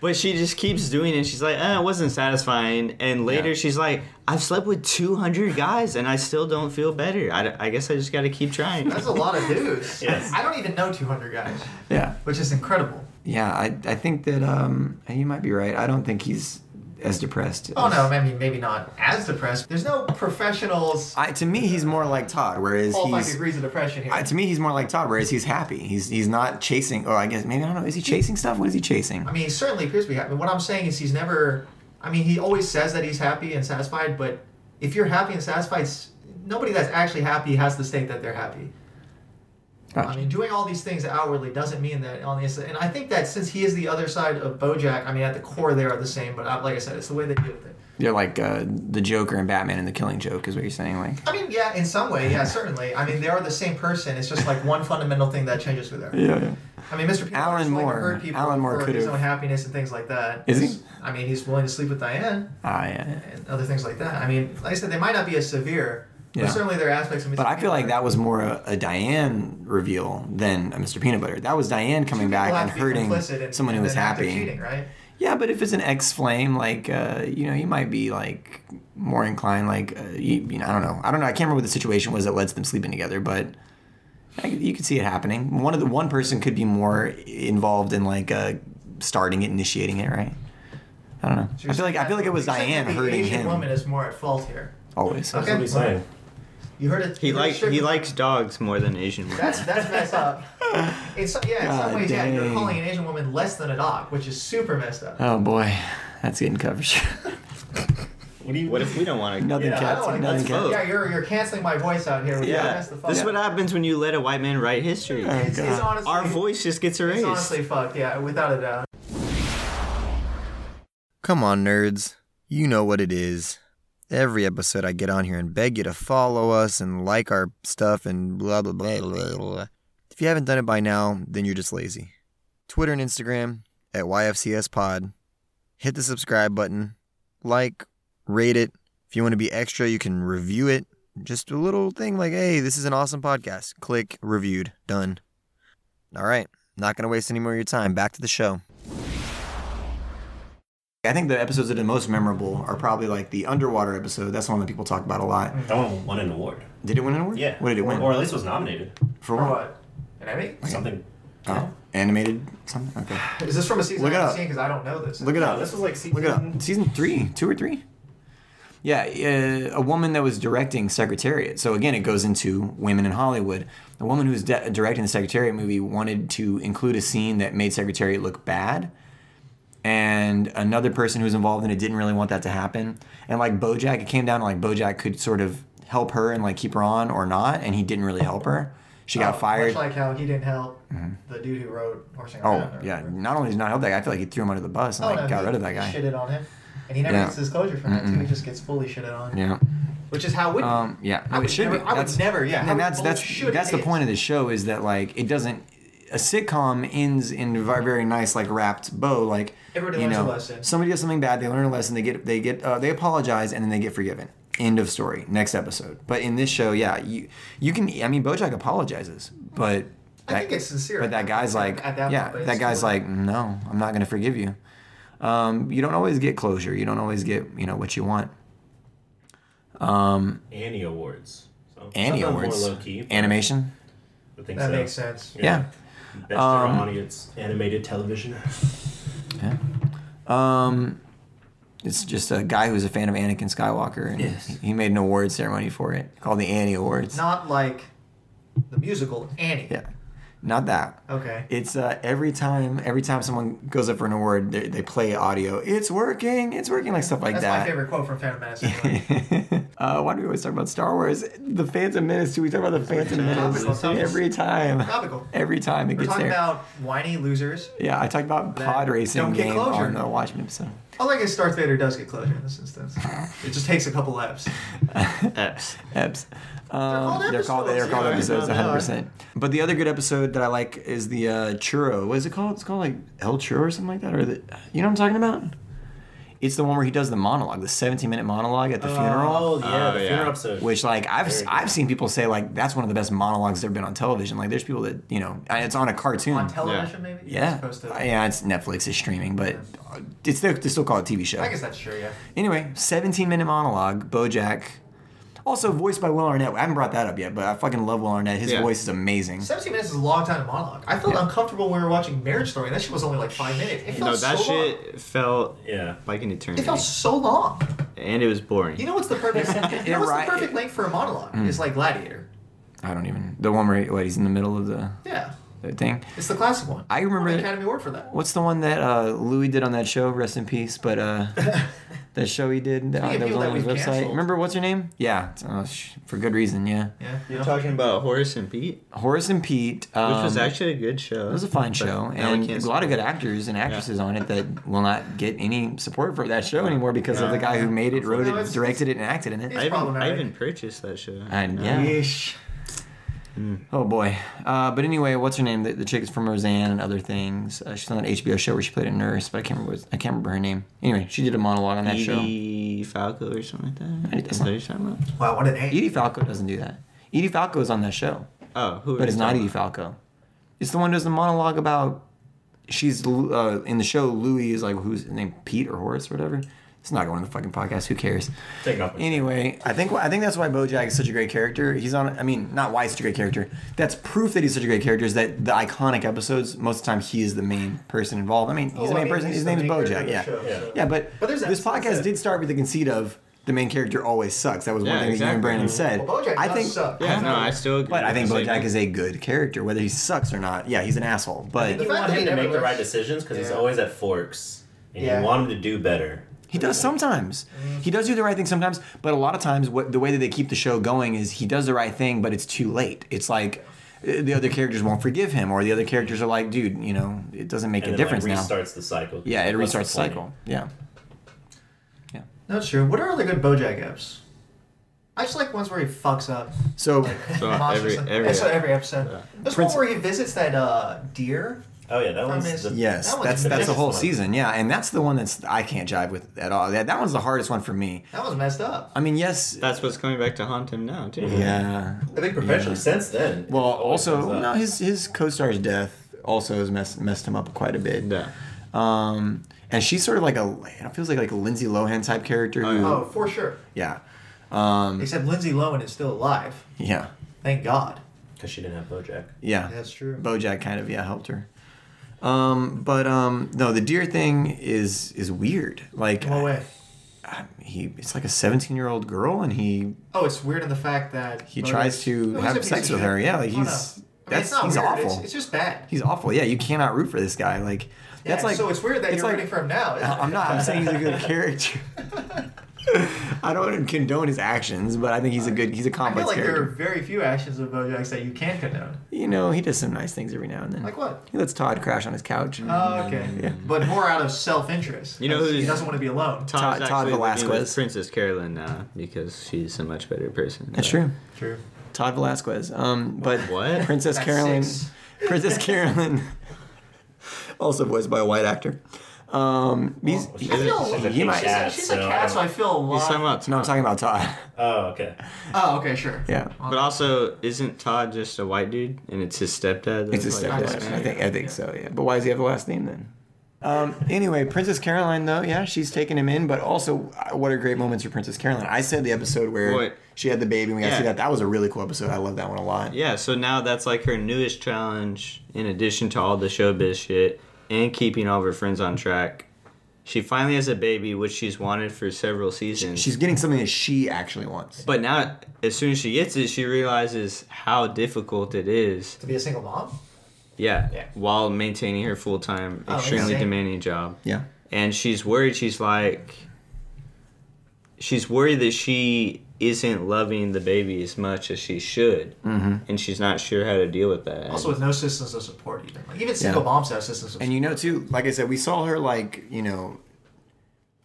E: But she just keeps doing it. She's like, eh, it wasn't satisfying. And later
A: Yeah.
E: she's like, I've slept with 200 guys and I still don't feel better. I, d- I guess I just got to keep trying.
B: that's a lot of dudes.
D: Yes.
B: I don't even know 200 guys,
A: yeah,
B: which is incredible.
A: yeah. I, I think that um, you might be right. I don't think he's as depressed.
B: Oh
A: as-
B: no, I mean maybe not as depressed. There's no professionals.
A: I, to me, he's more like Todd, whereas
B: All five
A: he's
B: degrees of depression here.
A: I, to me, he's more like Todd, whereas he's happy. He's he's not chasing. Or I guess maybe I don't know. Is he chasing stuff? What is he chasing?
B: I mean, he certainly appears to be happy. What I'm saying is he's never. I mean, he always says that he's happy and satisfied, but if you're happy and satisfied, s- nobody that's actually happy has to state that they're happy. I
A: Gotcha.
B: mean, doing all these things outwardly doesn't mean that on the inside. And I think that since he is the other side of BoJack, I mean, at the core they are the same. But I, like I said, it's the way they deal with it.
A: They're like uh, the Joker and Batman and the Killing Joke is what you're saying. Like
B: I mean, yeah, in some way, yeah, certainly. I mean, they are the same person. It's just like one fundamental thing that changes who they are.
A: yeah, yeah.
B: I mean, Mr. Peanut
A: Alan
B: Butter is willing to
A: Moore.
B: hurt people
A: Alan Moore
B: for
A: could
B: his
A: have-
B: own happiness and things like that.
A: Is he?
B: I mean, he's willing to sleep with Diane.
A: Ah, yeah. yeah.
B: and other things like that. I mean, like I said, they might not be as severe,
A: Yeah.
B: but certainly there are aspects of.
A: But I feel like that was more a, a Diane reveal than a Mr. Peanut Butter. That was Diane coming back and hurting someone who was happy.
B: Cheating, right?
A: Yeah, but if it's an ex flame, like uh, you know, you might be like more inclined. Like uh, you, you know, I don't know. I don't know. I can't remember what the situation was that led to them sleeping together, but I, you could see it happening. One of the one person could be more involved in like uh, starting it, initiating it, right? I don't know.
B: So
A: I
B: you're
A: feel like I
B: saying
A: feel like it was
B: that- you're saying
A: Diane
B: that the
A: hurting
B: Asian
A: him
B: Woman is more at fault here.
A: always.
D: That's what he's saying.
B: You heard it.
E: He
B: you heard it
E: likes
B: straight
E: he
B: from-
E: likes dogs more than Asian women.
B: That's that's messed up. It's yeah, in some
A: God
B: ways, yeah, you're
A: dang.
B: calling an Asian woman less than a dog, which is super messed up.
A: Oh boy, that's getting coverage.
D: What do you?
E: what if we don't want to?
A: nothing
D: Yeah, I
A: counts.
B: wanna-
A: Nothing
E: that's
A: counts.
E: vote.
B: Yeah, you're you're canceling my voice out here. Yeah,
E: Yeah,
B: that's the fuck
E: this is
B: up.
E: what happens when you let a white man write history.
B: It's, it's
A: Oh, God.
B: honestly,
E: Our voice just gets
B: It's
E: erased.
B: honestly fucked. Yeah, without a doubt.
C: Come on, nerds. You know what it is. Every episode, I get on here and beg you to follow us and like our stuff and blah, blah, blah, blah, blah. If you haven't done it by now, then you're just lazy. Twitter and Instagram at YFCS Pod. Hit the subscribe button, like, rate it. If you want to be extra, you can review it. Just a little thing like, hey, this is an awesome podcast. Click, reviewed, done. All right, not going to waste any more of your time. Back to the show.
A: I think the episodes that are the most memorable are probably like the underwater episode. That's the one that people talk about a lot.
D: That one won an award.
A: Did it win an award?
D: Yeah.
A: What did it
D: or,
A: win?
D: Or at least was nominated.
A: For
B: Or
A: what?
B: what? An Emmy?
D: Something.
A: Oh, animated something. Okay,
B: Is this from a season
A: Look it
B: I haven't
A: up.
B: seen? Because I don't know this.
A: look it
D: No,
A: up.
D: this was like season.
A: look it up. Season three, two or three. Yeah, uh, a woman that was directing Secretariat. So again, it goes into women in Hollywood. The woman who was de- directing the Secretariat movie wanted to include a scene that made Secretariat look bad, and another person who was involved in it didn't really want that to happen. And like BoJack, it came down to like BoJack could sort of help her and like keep her on or not, and he didn't really help her. She got
B: Oh,
A: fired. Mm-hmm.
B: Much like uh, how he didn't help the dude who wrote Horsing
A: Oh yeah! Not only did he not help that guy, I feel like he threw him under the bus
B: Oh,
A: and like got rid of that guy.
B: Shitted on him, and he never
A: Yeah.
B: gets disclosure from that too. He just gets fully shitted on,
A: Yeah.
B: which is how it would.
A: Um, yeah.
B: I
A: No,
B: would
A: it should
B: never-
A: be.
B: I would never, yeah, I would-
A: And that's
B: well, it
A: that's
B: should
A: that's
B: be.
A: the point of the show is that like it doesn't. A sitcom ends in a very, very nice like wrapped bow. Like
B: Everybody
A: you
B: learns a
A: know,
B: lesson.
A: Somebody does something bad. They learn a lesson. They get they get uh, they apologize and then they get forgiven. End of story. Next episode. But in this show, yeah, you you can. I mean, BoJack apologizes, but
B: I think it's sincere.
A: But that guy's like,
B: At that
A: yeah,
B: point, but
A: that
B: it's
A: guy's
B: still-
A: like, no, I'm not gonna forgive you. Um, you don't always get closure. You don't always get you know what you want.
D: Annie Awards. So,
A: Annie
D: something
A: Awards,
D: More low key.
A: animation.
D: I think
B: that
D: so.
B: makes sense.
A: Yeah.
D: Best
A: Um,
D: audience animated television.
A: Yeah. Um, it's just a guy who's a fan of Anakin Skywalker, and
D: Yes.
A: he made an award ceremony for it called the Annie Awards.
B: Not like the musical Annie.
A: Yeah. Not that.
B: Okay.
A: It's uh, every time every time someone goes up for an award, they, they play audio. It's working. It's working. Like stuff like
B: That's
A: that.
B: my favorite quote from Phantom Menace. anyway.
A: uh, why do we always talk about Star Wars? The Phantom Menace. Do we talk about the Phantom Menace
B: Topical.
A: every time?
B: Topical.
A: Every time it
B: We're
A: gets
B: talking
A: there.
B: about whiny losers.
A: yeah, I talked about
B: that
A: pod racing
B: don't get
A: game
B: closure.
A: on the Watchmen episode.
B: I like guess Darth Vader does get closure in this instance.
A: Uh-huh.
B: It just takes a couple laps.
E: Eps.
A: Eps. Um,
B: called
A: they're called they're
B: episodes,
A: called
B: yeah, I
A: episodes,
B: know,
A: one
B: they
A: hundred
B: are.
A: percent. But the other good episode that I like is the uh, churro. What is it called? It's called like El Churro or something like that, or the you know what I'm talking about? It's the one where he does the monologue, the 17 minute monologue at the funeral.
D: Oh yeah,
E: Oh,
D: the
E: yeah.
D: funeral episode.
A: Which like I've
D: Very good.
A: I've seen people say like that's one of the best monologues that have been on television. Like there's people that you know and it's on a cartoon.
B: On television, maybe? As
A: yeah,
B: opposed to-
A: yeah, it's Netflix is streaming, but uh, it's still, they still call it a TV show.
B: I guess that's true, yeah.
A: Anyway, 17 minute monologue, Bojack. Also voiced by Will Arnett. I haven't brought that up yet, but I fucking love Will Arnett. His
E: Yeah.
A: voice is amazing.
B: 17 minutes is a long time to monologue. I felt uncomfortable when we were watching Marriage Story, and that shit was only like five minutes. It felt
E: No, that
B: so long.
E: shit felt
D: yeah.
E: like an eternity,
B: It felt so long.
E: and it was boring.
B: You know what's the perfect? you know what's
A: right- Mm.
B: the perfect length for a monologue? It's like Gladiator.
A: I don't even the one where he- what, he's in the middle of the,
B: Yeah,
A: the thing.
B: it's the classic one.
A: I remember-
B: Won the Academy Award for that.
A: What's the one that uh, Louis did on that show? Rest in peace. But uh, that show he did that,
B: Speaking of
A: that was
B: people
A: on
B: that
A: his
B: we've
A: website.
B: canceled.
A: Remember what's her name? Yeah, it's- oh, sh- for good reason. Yeah,
B: Yeah.
E: You're talking about Horace and Pete, which
A: Horace and Pete, um,
E: was actually a good show.
A: It was a fine show, and a lot of good actors and actresses on it that will not get any support for that show anymore because of the guy who made it, wrote
B: No,
A: it,
B: it's-
A: directed it, and acted in it.
E: I even, I
B: problematic.
E: even purchased that show.
A: And yeah,
B: Yeesh.
A: oh boy. Uh, but anyway, what's her name? The, the chick is from Roseanne and other things. Uh, she's on that HBO show where she played a nurse, but I can't remember. What, I can't remember her name. Anyway, she did a monologue on that show.
E: Edie E Falco or something like that.
A: didn't
E: Is that what you're talking about?
B: Wow, what an A.
A: Edie Falco doesn't do that. Edie Falco is on that show,
E: Oh, who?
A: but it's not E Edie Falco. It's the one who does the monologue about. She's uh, in the show. Louis is like who's named Pete or Horace or whatever. It's not going on the fucking podcast. Who cares?
D: Take off. my-
A: Anyway, I think I think that's why BoJack is such a great character. He's on. I mean, not why he's such a great character. That's proof that he's such a great character. Is that the iconic episodes? Most of the time, he is the main person involved. I mean, he's
B: Oh,
A: the
B: I
A: main
B: mean,
A: person.
B: he's
A: His
B: the
A: name is
B: main character
A: BoJack.
B: of the
A: Yeah,
B: show,
A: yeah.
B: so-
A: But,
B: But there's that-
A: this podcast
B: that's it.
A: did start with the conceit of the main character always sucks. That was one
E: Yeah,
A: thing that you and
E: exactly.
A: Brandon said.
B: Well, BoJack
A: I
B: does
A: think.
B: suck.
E: Yeah, no, I still. Agree
A: But I think
E: with the
A: BoJack
E: statement.
A: is a good character, whether he sucks or not. Yeah, he's an asshole,
D: You
A: but
B: The fact
D: want
B: that
D: him
B: he
D: to
B: never
D: make the
B: looks-
D: right decisions because he's
B: Yeah.
D: always at forks, and
B: Yeah.
D: you want him to do better.
A: he does sometimes.
D: Mm-hmm.
A: He does do the right thing sometimes, but a lot of times, what the way that they keep the show going is he does the right thing, but it's too late. It's like uh, the other characters won't forgive him, or the other characters are like, "Dude, you know, it doesn't make
D: And
A: a
D: then,
A: difference
D: like,
A: now."
D: restarts the cycle.
A: Yeah, it
D: What's
A: restarts the
D: the point?
A: cycle. Yeah,
B: That's true. What are other good BoJack apps? I just like ones where he fucks up.
A: so
E: So
B: Monsters
E: every-
B: and-
E: every-
B: that's what every episode. There's
A: Prince-
B: one where he visits that uh, deer.
D: Oh yeah, that
B: From
D: one's
B: his-
D: the,
A: yes,
B: That one's
A: that's
B: the
A: that's the
D: biggest
A: whole
D: one.
A: season. Yeah, and that's the one that's I can't jive with at all. That that one's the hardest one for me.
B: That was messed up.
A: I mean, yes,
E: That's what's coming back to haunt him now, too.
A: yeah,
D: I think professionally since then.
A: Well,
D: it always uh, comes
A: also
D: up.
A: no, his his co-star's death also has messed messed him up quite a bit.
E: Yeah.
A: Um, and she's sort of like a it feels like like a Lindsay Lohan type character. who-
B: Oh, for sure.
A: yeah, um,
B: Except Lindsay Lohan is still alive.
A: yeah,
B: Thank God.
D: because she didn't have BoJack.
A: yeah.
B: That's true.
A: Bojack kind of yeah helped her. Um, but um, no, the deer thing is is weird. Like
B: No way.
A: I- he, it's like a seventeen year old girl, and he
B: Oh, it's weird in the fact that
A: He tries to
B: Well, he's
A: have
B: a piece
A: sex
B: of
A: with
B: shit.
A: her. Yeah, like,
B: Oh,
A: he's-
B: no.
A: that's- he's awful.
B: It's, it's just bad.
A: he's awful. Yeah, you cannot root for this guy. Like
B: Yeah,
A: that's like
B: so it's weird that you're rooting for him now. isn't it?
A: I'm not. I'm saying he's a good character. I don't condone his actions, but I think he's a good. He's a
B: I feel
A: complex
B: like there are
A: character.
B: very few actions of Bojack's that you can condone.
A: You know, he does some nice things every now and then.
B: Like what?
A: He lets Todd crash on his couch.
B: Oh, okay. But more out of self-interest.
E: You know
B: 'cause he
E: who's-
B: doesn't want to be alone.
A: Todd-
E: Todd's
A: Todd
E: actually living with
A: Velasquez.
E: Princess Carolyn now because she's a much better person.
A: That's
E: but-
A: true.
B: True.
A: Todd Velasquez. Um, but
E: What?
A: Princess
B: That's
A: Carolyn.
B: six.
A: Princess Carolyn. also voiced by a white actor. Um, he's,
E: Oh,
D: Well,
A: he-
D: she's a-
B: feel-
D: she's a
A: he
D: big
A: might-
D: cat,
B: she's
D: so
B: a
D: I
B: cat,
D: don't-
B: so I feel a lot.
E: He's talking about
A: no, I'm
E: Todd.
A: talking about Todd.
D: Oh okay.
B: Oh, okay, sure.
A: Yeah.
E: But also, isn't Todd just a white dude and it's his stepdad?
A: It's his
E: that's,
A: stepdad.
E: like,
B: Todd's
A: I
E: Hispanic?
A: think. I think so. Yeah. But why does he have the last name then? Um, anyway, Princess Caroline though, yeah, she's taking him in. But also, uh, what are great moments for Princess Caroline? I said the episode where
E: Wait.
A: she had the baby. and We got to see
E: Yeah.
A: that. That was a really cool episode. I love that one a lot.
E: Yeah, so now that's like her newest challenge in addition to all the showbiz shit and keeping all of her friends on track. She finally has a baby, which she's wanted for several seasons.
A: She's getting something that she actually wants.
E: but now, as soon as she gets it, she realizes how difficult it is
B: To be a single mom?
E: Yeah.
B: Yeah.
E: While maintaining her full time,
B: Oh,
E: extremely
B: insane.
E: demanding job.
A: Yeah.
E: And she's worried, she's like she's worried that she isn't loving the baby as much as she should. Mm-hmm. And she's not sure how to deal with that.
B: Also, with no systems of support, even like even single
A: Yeah.
B: moms have systems of
A: And you know too, like I said, we saw her like, you know,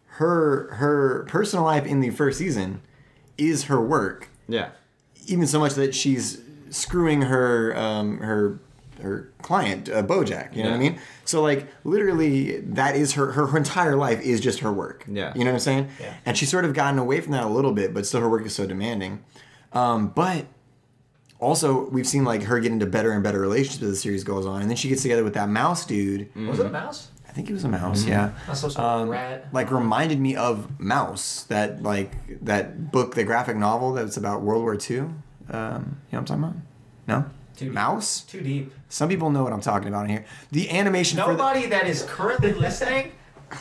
A: her her personal life in the first season is her work.
E: yeah.
A: even so much that she's screwing her um, her her client uh, Bojack. You know what I
E: Yeah.
A: mean? So like literally, that is her her entire life is just her work.
E: Yeah.
A: you know what I'm saying?
B: Yeah.
A: And she's sort of gotten away from that a little bit, but still her work is so demanding. Um, but also, we've seen like her get into better and better relationships as the series goes on, and then she gets together with that mouse dude.
E: Mm.
B: support. Was it a mouse?
A: I think he was a mouse. Yeah
B: That's some sort of rat.
A: Um, like reminded me of Mouse, that like that book, the graphic novel that's about World War II. Um, you know what I'm talking about? No,
B: Dude.
A: Mouse.
B: Too deep.
A: Some people know what I'm talking about in here. The animation for the,
B: Nobody that is currently listening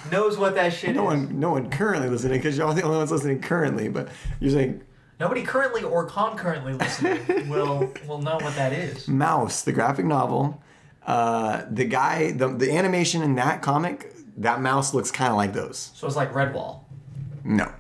B: knows what that shit
A: no
B: is.
A: one, no one currently listening because y'all the only ones listening currently. But you're saying
B: Nobody currently or concurrently listening will will know what that is.
A: Mouse, the graphic novel. Uh, the guy, the the animation in that comic, that mouse looks kind of like those.
B: So it's like Redwall.
A: No,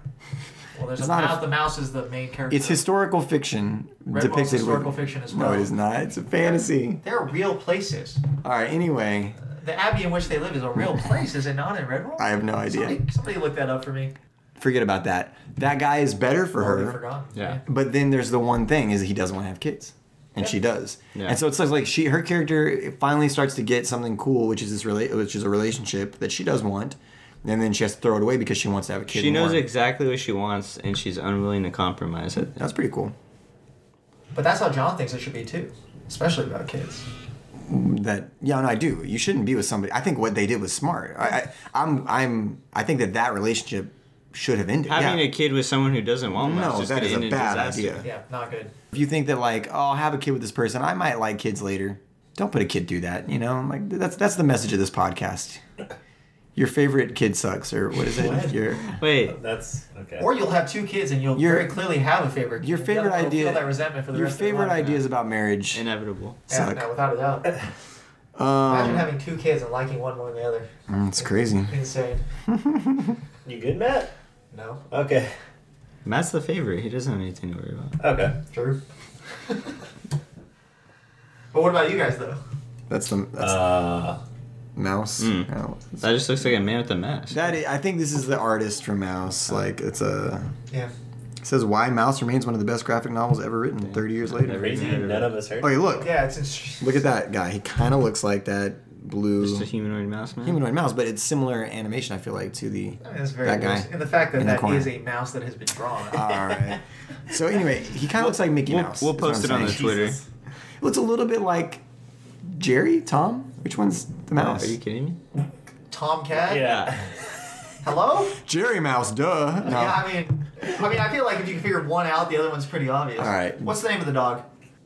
B: Well, there's
A: It's
B: a
A: not a-
B: mouse. the mouse is the main character.
A: it's historical fiction
B: Redwall's
A: depicted
B: historical
A: with.
B: fiction as
A: no,
B: well.
A: it is not. It's a fantasy.
B: They're real places.
A: All right. Anyway,
B: The abbey in which they live is a real place, is it not? In Redwall.
A: I have no idea.
B: Somebody, somebody look that up for me.
A: forget about that. That guy is better for
B: Already
A: her.
B: forgotten.
E: Yeah.
A: But then there's the one thing is he doesn't want to have kids, and she does.
E: Yeah.
A: And so it's like- like she her character finally starts to get something cool, which is this rela- which is a relationship that she does want, and then she has to throw it away because she wants to have a kid.
E: She knows
A: more.
E: exactly what she wants and she's unwilling to compromise it.
A: That's pretty cool.
B: But that's how John thinks it should be too, especially about kids.
A: That yeah, no, I do. You shouldn't be with somebody. I think what they did was smart. I, I I'm I'm I think that that relationship should have ended.
E: Having
A: yeah.
E: a kid with someone who doesn't want one
A: no,
E: is just
A: that
E: gonna
A: is
E: end
A: a
E: in
A: bad
E: disaster.
A: idea.
B: Yeah, not good.
A: if you think that like oh I'll have a kid with this person I might like kids later don't put a kid through that you know like that's that's the message of this podcast your favorite kid sucks or what is it
D: What?
A: your
E: Wait,
D: That's okay.
B: Or you'll have two kids and you'll
A: Your-
B: very clearly have a favorite.
A: your
B: kid.
A: favorite
B: You'll
A: idea
B: Feel that resentment for the
A: your
B: rest
A: favorite
B: of their life.
A: ideas about marriage
E: inevitable.
B: Yeah,
A: suck. Um,
B: no, without a doubt. uh, Imagine having two kids and liking one more than the other.
A: Mm, it's crazy
B: Insane.
D: you good, Matt?
B: No.
D: Okay.
E: Matt's the favorite. He doesn't have anything to worry about.
D: Okay.
B: True. but what about you guys though?
A: that's the that's
D: Uh,
A: mouse
E: Mm.
A: No,
E: That just looks like a man with a mask.
A: that is, I think this is the artist from Mouse like it's a
B: Yeah.
A: it says why Mouse remains one of the best graphic novels ever written 30 years later
D: crazy. None of us heard.
B: Oh,
A: okay look
B: Yeah, it's interesting.
A: look at that guy he kind of looks like that blue
E: just a humanoid mouse man.
A: humanoid mouse, but it's similar animation. I feel like to the.
B: I mean, that's very
A: That guy.
B: gross. And the fact that
A: In the
B: that
A: corner.
B: is a mouse that has been drawn.
A: All right. So anyway, he kind of looks like Mickey
E: We'll,
A: Mouse.
E: we'll
A: is what
E: post
A: I'm
E: it on the
A: saying.
E: Twitter.
A: Looks a little bit like Jerry, Tom. Which one's the mouse?
E: Are you kidding me?
B: Tomcat.
D: Yeah.
B: Hello.
A: Jerry Mouse, duh. No.
B: Yeah, I mean, I mean, I feel like if you can figure one out, the other one's pretty obvious.
A: All right.
B: What's the name of the dog?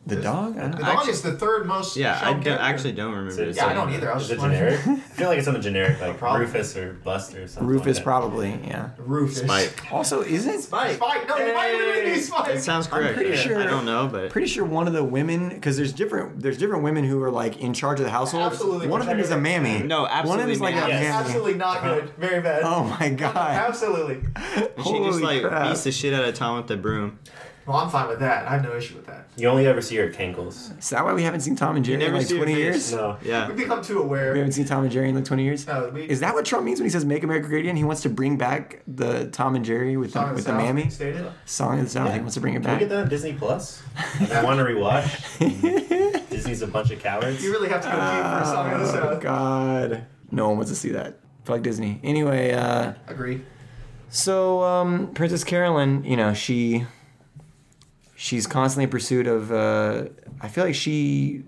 A: the dog. I
B: The
A: don't-
B: dog
E: Actu-
B: is the third most.
E: Yeah, I
B: shown
E: don't-
B: character.
E: actually don't remember. his
B: Yeah, I
E: name.
B: don't either. I was
D: Is it
B: just wondering.
D: generic? I feel like it's something generic, like
B: problem.
D: Rufus or Buster or something.
A: Rufus
D: like
A: probably. Yeah.
B: Rufus.
E: Spike.
A: Also, isn't
B: Spike. Spike. No, hey. why would it be Spike?
E: It sounds correct.
A: pretty sure-
E: I don't know, but
A: pretty sure one of the women because there's different there's different women who are like in charge of the household.
B: Absolutely.
A: One of them is a mammy.
E: No,
A: One of them
E: absolutely
A: is like
E: not.
A: a
B: Yes,
A: mammy.
B: Absolutely not
E: Uh-huh.
B: good. Very bad.
A: Oh my god.
B: Absolutely.
E: she just
A: Holy
E: like
A: crap.
E: beats the shit out of Tom with the broom.
B: Well, I'm fine with that. I have no issue with that.
D: that. You only ever see her cankles.
A: Is that why we haven't seen Tom and Jerry in
E: never
A: like
E: see her
A: 20
E: face.
A: years?
D: No.
E: Yeah,
B: We've become too
A: We
B: aware.
A: haven't seen Tom and Jerry in like 20 years?
B: No, we,
A: Is that what Trump means when he says "Make America Great Again"? He wants to bring back the Tom and Jerry with the,
B: Song of
A: with the
B: South
A: mammy
B: Stated?
A: song of the South. He wants to bring it
D: Can we
A: back.
D: get that on Disney Plus? I want to rewatch. Disney's a bunch of cowards.
B: You really have to go deep for a song of the
A: Oh
B: South.
A: God, no one wants to see that. Fuck Disney. Anyway, uh,
B: Agreed.
A: so um, Princess Carolyn, you know she she's constantly in pursuit of. Uh, I feel like she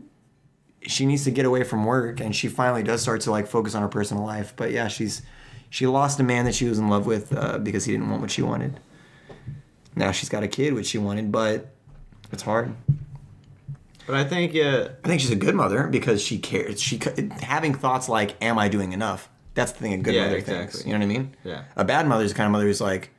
A: she needs to get away from work, and she finally does start to like focus on her personal life. But yeah, she's she lost a man that she was in love with uh, because he didn't want what she wanted. Now she's got a kid, which she wanted, but it's hard.
E: but I think uh, yeah,
A: I think she's a good mother because she cares. She c- having thoughts like, "Am I doing enough?" That's the thing a good
E: Yeah,
A: mother thinks.
E: exactly.
A: You know what I mean?
E: Yeah.
A: A bad mother is the kind of mother who's like,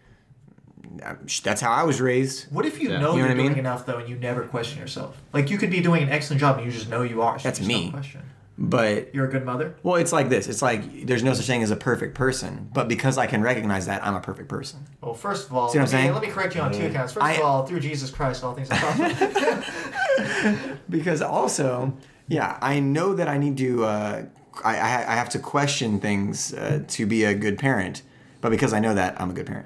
A: "That's how I was raised."
B: What if you know
E: Yeah.
A: You know
B: you are
A: what I mean?
B: doing enough though, and you never question yourself? Like you could be doing an excellent job, and you just know you are. so
A: That's
B: you just
A: me.
B: Don't question.
A: But
B: You're a good mother.
A: well, it's like this. It's like there's no such thing as a perfect person, but because I can recognize that, I'm a perfect person.
B: Well, first of all,
A: See what I'm
B: let me-
A: saying?
B: let me correct you on two accounts. First
A: I-
B: of all, through Jesus Christ, all things are possible.
A: Because also, yeah, I know that I need to. Uh, I, I I have to question things uh, to be a good parent, but because I know that, I'm a good parent.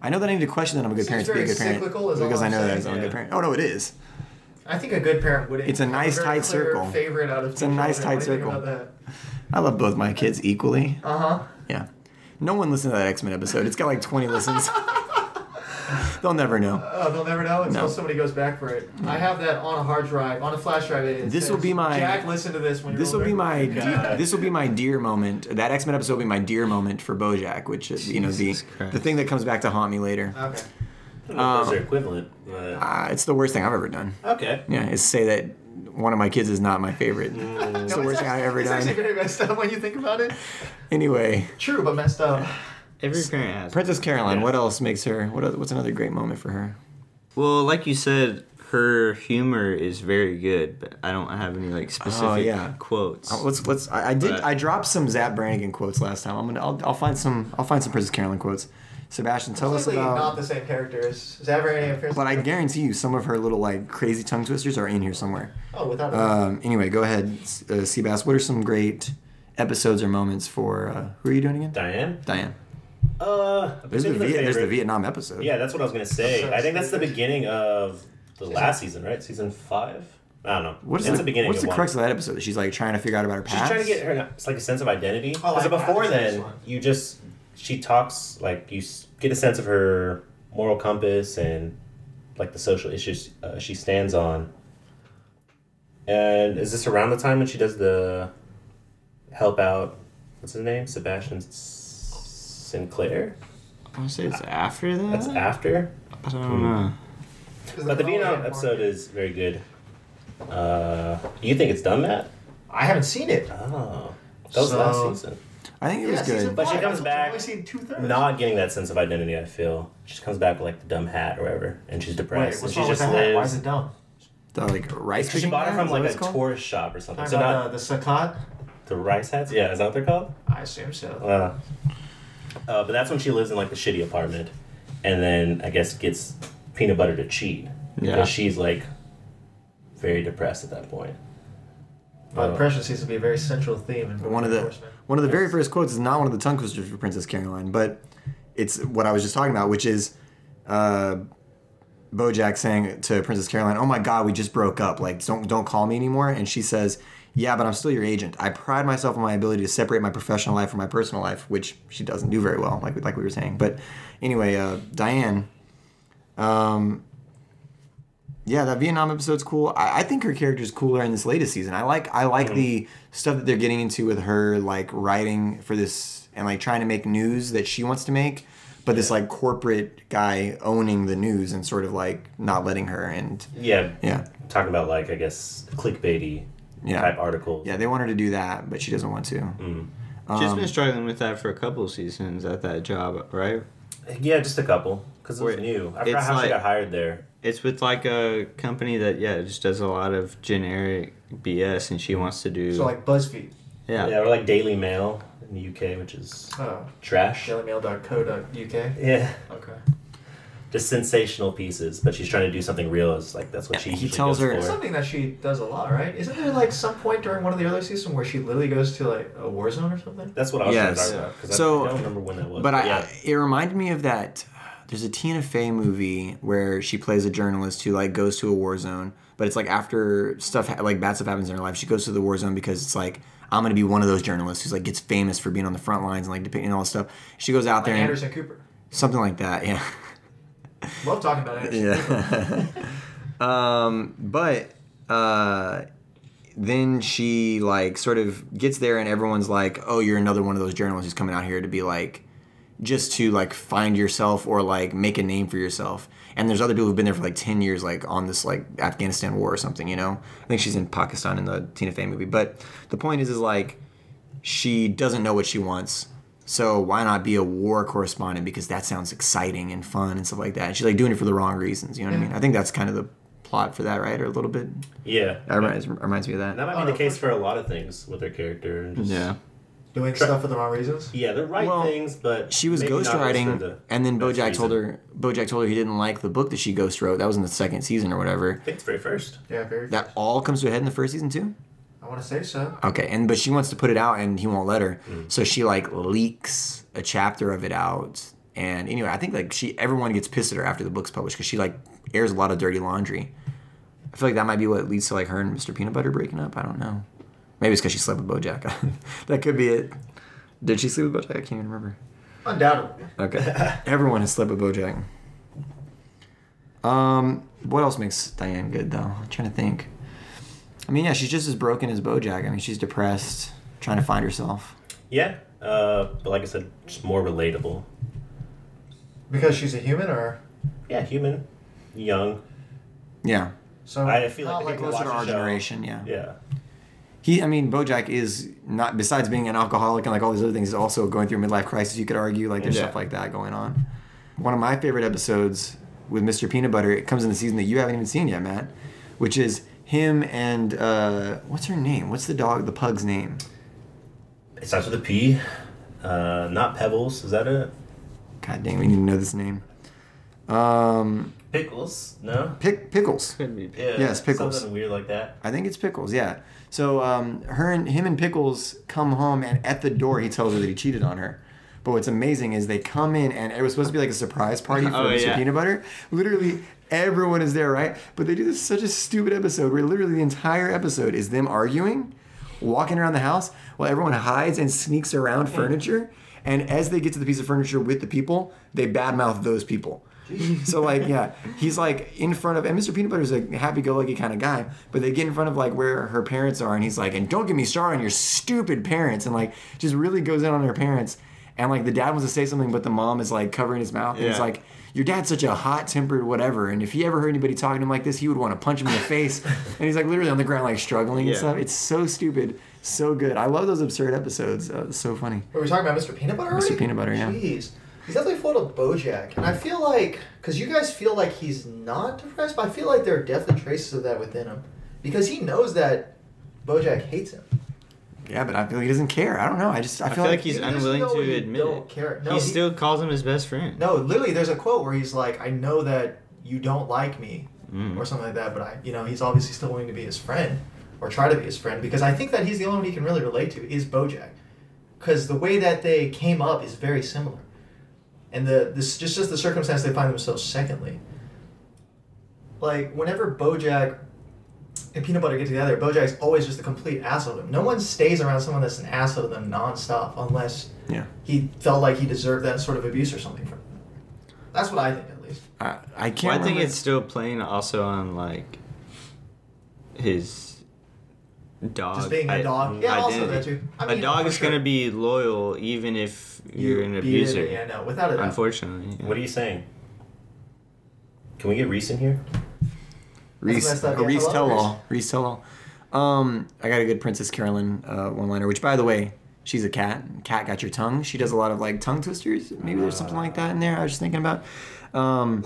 A: I know that I need to question that I'm a good parent
B: Seems
A: to be a
B: very
A: good parent
B: cyclical is all
A: because I
B: I'm
A: know that
B: saying,
A: I'm a
D: yeah.
A: good parent. Oh no, it is.
B: I think a good parent would.
A: It's a
B: have
A: nice
B: very
A: tight
B: clear
A: circle.
B: Favorite out of it's
A: a nice tight circle. I love both my kids equally.
B: Uh huh.
A: Yeah. No one listened to that X Men episode. It's got like 20 listens. They'll never know.
B: Oh, they'll never know until
A: No.
B: somebody goes back for it. I have that on a hard drive, on a flash drive. It
A: This will
B: says,
A: be my-
B: Jack. Listen to this when you're
A: This will be
B: older."
E: Oh,
A: my
D: God.
A: this will be my dear moment. That X Men episode will be my dear moment for BoJack, which is you know the
E: Jesus Christ.
A: the thing that comes back to haunt me later.
B: Okay.
D: I don't know if those
A: Um,
D: are equivalent. But,
A: Uh, it's the worst thing I've ever done.
D: okay.
A: Yeah, is say that one of my kids is not my favorite.
D: Mm.
A: It's the
B: No,
A: worst thing I've ever
B: it's actually
A: done.
B: very messed up when you think about it.
A: Anyway,
B: True, but messed up.
E: Every parent has.
A: Princess Caroline.
D: Yeah.
A: What else makes her? What oth- what's another great moment for her?
E: Well, like you said, her humor is very good, but I don't have any like specific
A: Oh, yeah.
E: quotes.
A: Uh, Let's let's. I, I did.
E: But-
A: I dropped some Zap Brannigan quotes last time. I'm gonna. I'll, I'll find some. I'll find some Princess Carolyn quotes. Sebastian, tell us
B: Completely not
A: about.
B: the same characters. Is that very
A: But I guarantee you, some of her little like crazy tongue twisters are in here somewhere.
B: Oh, without a
A: Um, anyway, go ahead, S- uh, Seabass. What are some great episodes or moments for? Uh, who are you doing again?
D: Diane?
A: Diane.
D: Uh, a
A: There's the
D: particular
A: Viet- there's the
D: favorite-
A: Vietnam episode.
D: Yeah, that's what I was gonna say.
B: Sorry,
D: I think that's the
B: sorry.
D: beginning of the last season, right? Season five. I don't know.
A: What is
D: it's
A: the,
D: the beginning?
A: What's
D: of
A: the
D: one.
A: crux of that episode? She's like trying to figure out about her
D: She's
A: past.
D: trying to get her. It's like a sense of identity.
B: Oh,
D: Because
B: I-
D: before
B: I see this
D: then,
B: one.
D: you just she talks like you s- get a sense of her moral compass and like the social issues uh, she stands on. And is this around the time when she does the help out? What's his name? Sebastian S- Sinclair.
E: I want to say it's after that.
B: Mm-hmm.
D: That's after.
E: I don't know.
D: But the Vietnam episode is very good. Uh, you think it's done that?
B: I haven't seen it.
D: Oh, that was
B: So-
D: last season.
A: I think it was
B: Yeah, season
A: good.
D: But she
B: five.
D: comes
B: I've
D: back
B: Only seen two thirds.
D: Not getting that sense of identity, I feel. She just comes back with like the dumb hat or whatever, and she's
B: Wait,
D: depressed,
B: what's wrong
D: and she
B: with
D: just
B: that? Why is
D: lives.
B: it dumb?
A: The like rice
D: She
A: picking
D: bought it
A: guy?
D: from
A: Is that
D: like
A: what it's
D: a
A: called?
D: tourist shop or something.
B: Talking
D: So
B: about
D: not
B: the, the sakat?
D: the rice hats. Yeah, is that what they're called?
B: I assume so.
D: Uh, uh, but that's when she lives in like the shitty apartment, and then I guess gets peanut butter to cheat.
E: Yeah.
D: Because she's like very depressed at that point.
B: But depression seems to be a very central theme in
A: one of the
B: Horseman.
A: one of the very first quotes is not one of the tongue twisters for Princess Caroline, but it's what I was just talking about, which is uh, BoJack saying to Princess Caroline, "Oh my God, we just broke up. Like, don't don't call me anymore." And she says, "Yeah, but I'm still your agent. I pride myself on my ability to separate my professional life from my personal life, which she doesn't do very well, like like we were saying." But anyway, uh, Diane. Um, yeah, that Vietnam episode's cool. I, I think her character's cooler in this latest season. I like I like the stuff that they're getting into with her, like writing for this and like trying to make news that she wants to make, but this like corporate guy owning the news and sort of like not letting her and
D: Yeah.
A: yeah.
D: Talking about like I guess clickbaity
A: Yeah.
D: type articles.
A: Yeah, they want her to do that, but she doesn't want to. Um,
E: She's been struggling with that for a couple of seasons at that job, right?
D: Yeah, just a couple. Because it was
E: Wait,
D: new. I
E: it's
D: forgot how she
E: like-
D: got hired there.
E: It's with like a company that yeah just does a lot of generic BS, and she wants to do
B: So like BuzzFeed.
E: yeah.
D: Yeah. or like Daily Mail in the UK, which is
B: Oh,
D: trash.
B: dailymail.co.uk.
D: Yeah.
B: Okay.
D: Just sensational pieces, but she's trying to do something real. Is like that's what she
A: Yeah, he
D: usually
A: tells
D: goes
A: her-
B: That's
D: for.
B: something that she does a lot, right? Isn't there like some point during one of the other seasons where she literally goes to like a war zone or something?
D: That's what I was trying to
A: Yes.
D: talk about. 'cause
A: So-
D: I, I don't remember when that was.
A: But I,
D: yeah.
A: I- it reminded me of that. There's a Tina Fey movie where she plays a journalist who like goes to a war zone, but it's like after stuff ha- like bad stuff happens in her life, she goes to the war zone because it's like I'm gonna be one of those journalists who's like gets famous for being on the front lines and like depicting all this stuff. She goes out there and
B: Anderson Cooper.
A: something like that, yeah.
B: Love talking about Anderson.
A: Yeah. um, but uh, then she like sort of gets there, and everyone's like, "Oh, you're another one of those journalists who's coming out here to be like, just to like find yourself or like make a name for yourself." And there's other people who've been there for like ten years, like on this like Afghanistan war or something. You know, I think she's in Pakistan in the Tina Fey movie. But the point is, is like she doesn't know what she wants. So why not be a war correspondent? Because that sounds exciting and fun and stuff like that. And she's like doing it for the wrong reasons. You know what I mean? I think that's kind of the plot for that, right? Or a little bit.
D: Yeah.
A: That reminds, reminds me of
D: And that
A: that.
D: might be the case for a lot of things with their character. and just-
E: Yeah.
B: Doing stuff for the wrong reasons.
D: Yeah, they're right
A: Well,
D: things, but
A: She was
D: maybe not always for
A: ghostwriting,
D: the
A: and then
D: best
A: Bojack told
D: reason.
A: her Bojack told her he didn't like the book that she ghost wrote. That was in the second season or whatever.
D: I think it's very first.
B: Yeah, very.
A: That all comes to a head in the first season too.
B: I want to say so.
A: Okay, and but she wants to put it out, and he won't let her. So she like leaks a chapter of it out, and anyway, I think like she everyone gets pissed at her after the book's published because she like airs a lot of dirty laundry. I feel like that might be what leads to like her and Mr. Peanut Butter breaking up. I don't know. Maybe it's because she slept with BoJack. that could be it. Did she sleep with BoJack? I can't even remember.
B: Undoubtedly.
A: Okay, everyone has slept with BoJack. Um, what else makes Diane good though? I'm trying to think. I mean, yeah, she's just as broken as BoJack. I mean, she's depressed, trying to find herself.
D: Yeah, uh, but like I said, just more relatable.
B: Because she's a human, or
D: Yeah, human, young.
A: Yeah,
B: so.
D: I feel
B: not
D: like the people
B: us.
A: closer
D: watch
A: to
D: the
A: our
D: show.
A: generation. Yeah.
D: Yeah,
A: he. I mean, BoJack is not besides being an alcoholic and like all these other things, is also going through a midlife crisis. You could argue like there's
E: Yeah.
A: stuff like that going on. One of my favorite episodes with Mr. Peanut Butter. It comes in the season that you haven't even seen yet, Matt, which is him and uh, what's her name? What's the dog? The pug's name?
D: it starts with a P. Uh, not Pebbles. Is that it?
A: God dang, we need to know this name. Um,
D: Pickles? No.
A: Pick Pickles.
E: Could be.
D: Yeah.
A: Yes, Pickles.
D: Something weird like that.
A: I think it's Pickles. Yeah. So um, her and him and Pickles come home, and at the door he tells her that he cheated on her. But what's amazing is they come in, and it was supposed to be like a surprise party for
E: Oh,
A: Mr.
E: yeah.
A: Peanut Butter. Literally everyone is there, right? But they do this such a stupid episode where literally the entire episode is them arguing, walking around the house while everyone hides and sneaks around furniture. And as they get to the piece of furniture with the people, they badmouth those people. so like yeah, he's like in front of and Mr. Peanut Butter's a happy-go-lucky kind of guy, but they get in front of like where her parents are, and he's like, and don't get me started on your stupid parents, and like just really goes in on her parents, and like the dad wants to say something, but the mom is like covering his mouth, and it's
E: Yeah.
A: like your dad's such a hot-tempered whatever, and if he ever heard anybody talking to him like this, he would want to punch him in the face, and he's like literally on the ground like struggling and
E: Yeah.
A: stuff. It's so stupid, so good. I love those absurd episodes. Uh, it's so funny.
B: Were we talking about Mr. Peanut Butter already?
A: Peanut Butter, yeah.
B: Jeez. He's definitely full of Bojack. And I feel like, because you guys feel like he's not depressed, but I feel like there are definitely traces of that within him. Because he knows that Bojack hates him.
A: Yeah, but I feel like he doesn't care. I don't know. I just I
E: I
A: feel,
E: feel like
A: he's.
E: he's
B: Even
E: unwilling
B: though
E: to
B: you
E: admit
B: don't
E: it.
B: care- no,
E: he,
B: he-
E: still calls him his best friend.
B: No, literally, there's a quote where he's like, I know that you don't like me,
E: Mm.
B: or something like that, but I, you know, he's obviously still willing to be his friend, or try to be his friend, because I think that he's the only one he can really relate to is Bojack. Because the way that they came up is very similar. And the this just, just the circumstance they find themselves secondly. Like, whenever Bojack and Peanut Butter get together, Bojack's always just a complete asshole to him. No one stays around someone that's an asshole to them nonstop unless
A: Yeah.
B: he felt like he deserved that sort of abuse or something from them. That's what I think, at least.
A: I, I can't.
E: Well, I think
A: remember.
E: it's still playing also on like his dog.
B: Just being a
E: i-
B: dog. Yeah, also
E: identity.
B: that too. I
E: a
B: mean,
E: dog
B: for
E: is
B: sure.
E: gonna be loyal even if you're an
B: You beat it,
E: abuser.
B: Yeah, no, without a doubt.
E: Unfortunately. yeah.
D: What are you saying? Can we get Reese in here?
A: Reese,
B: That's messed up.
A: or Reese
B: Yeah, I love
A: Tell All. Reese Tell All. Um, I got a good Princess Carolyn uh, one liner, which, by the way, she's a cat. Cat got your tongue. She does a lot of like tongue twisters. Maybe there's something like that in there. I was just thinking about. Um,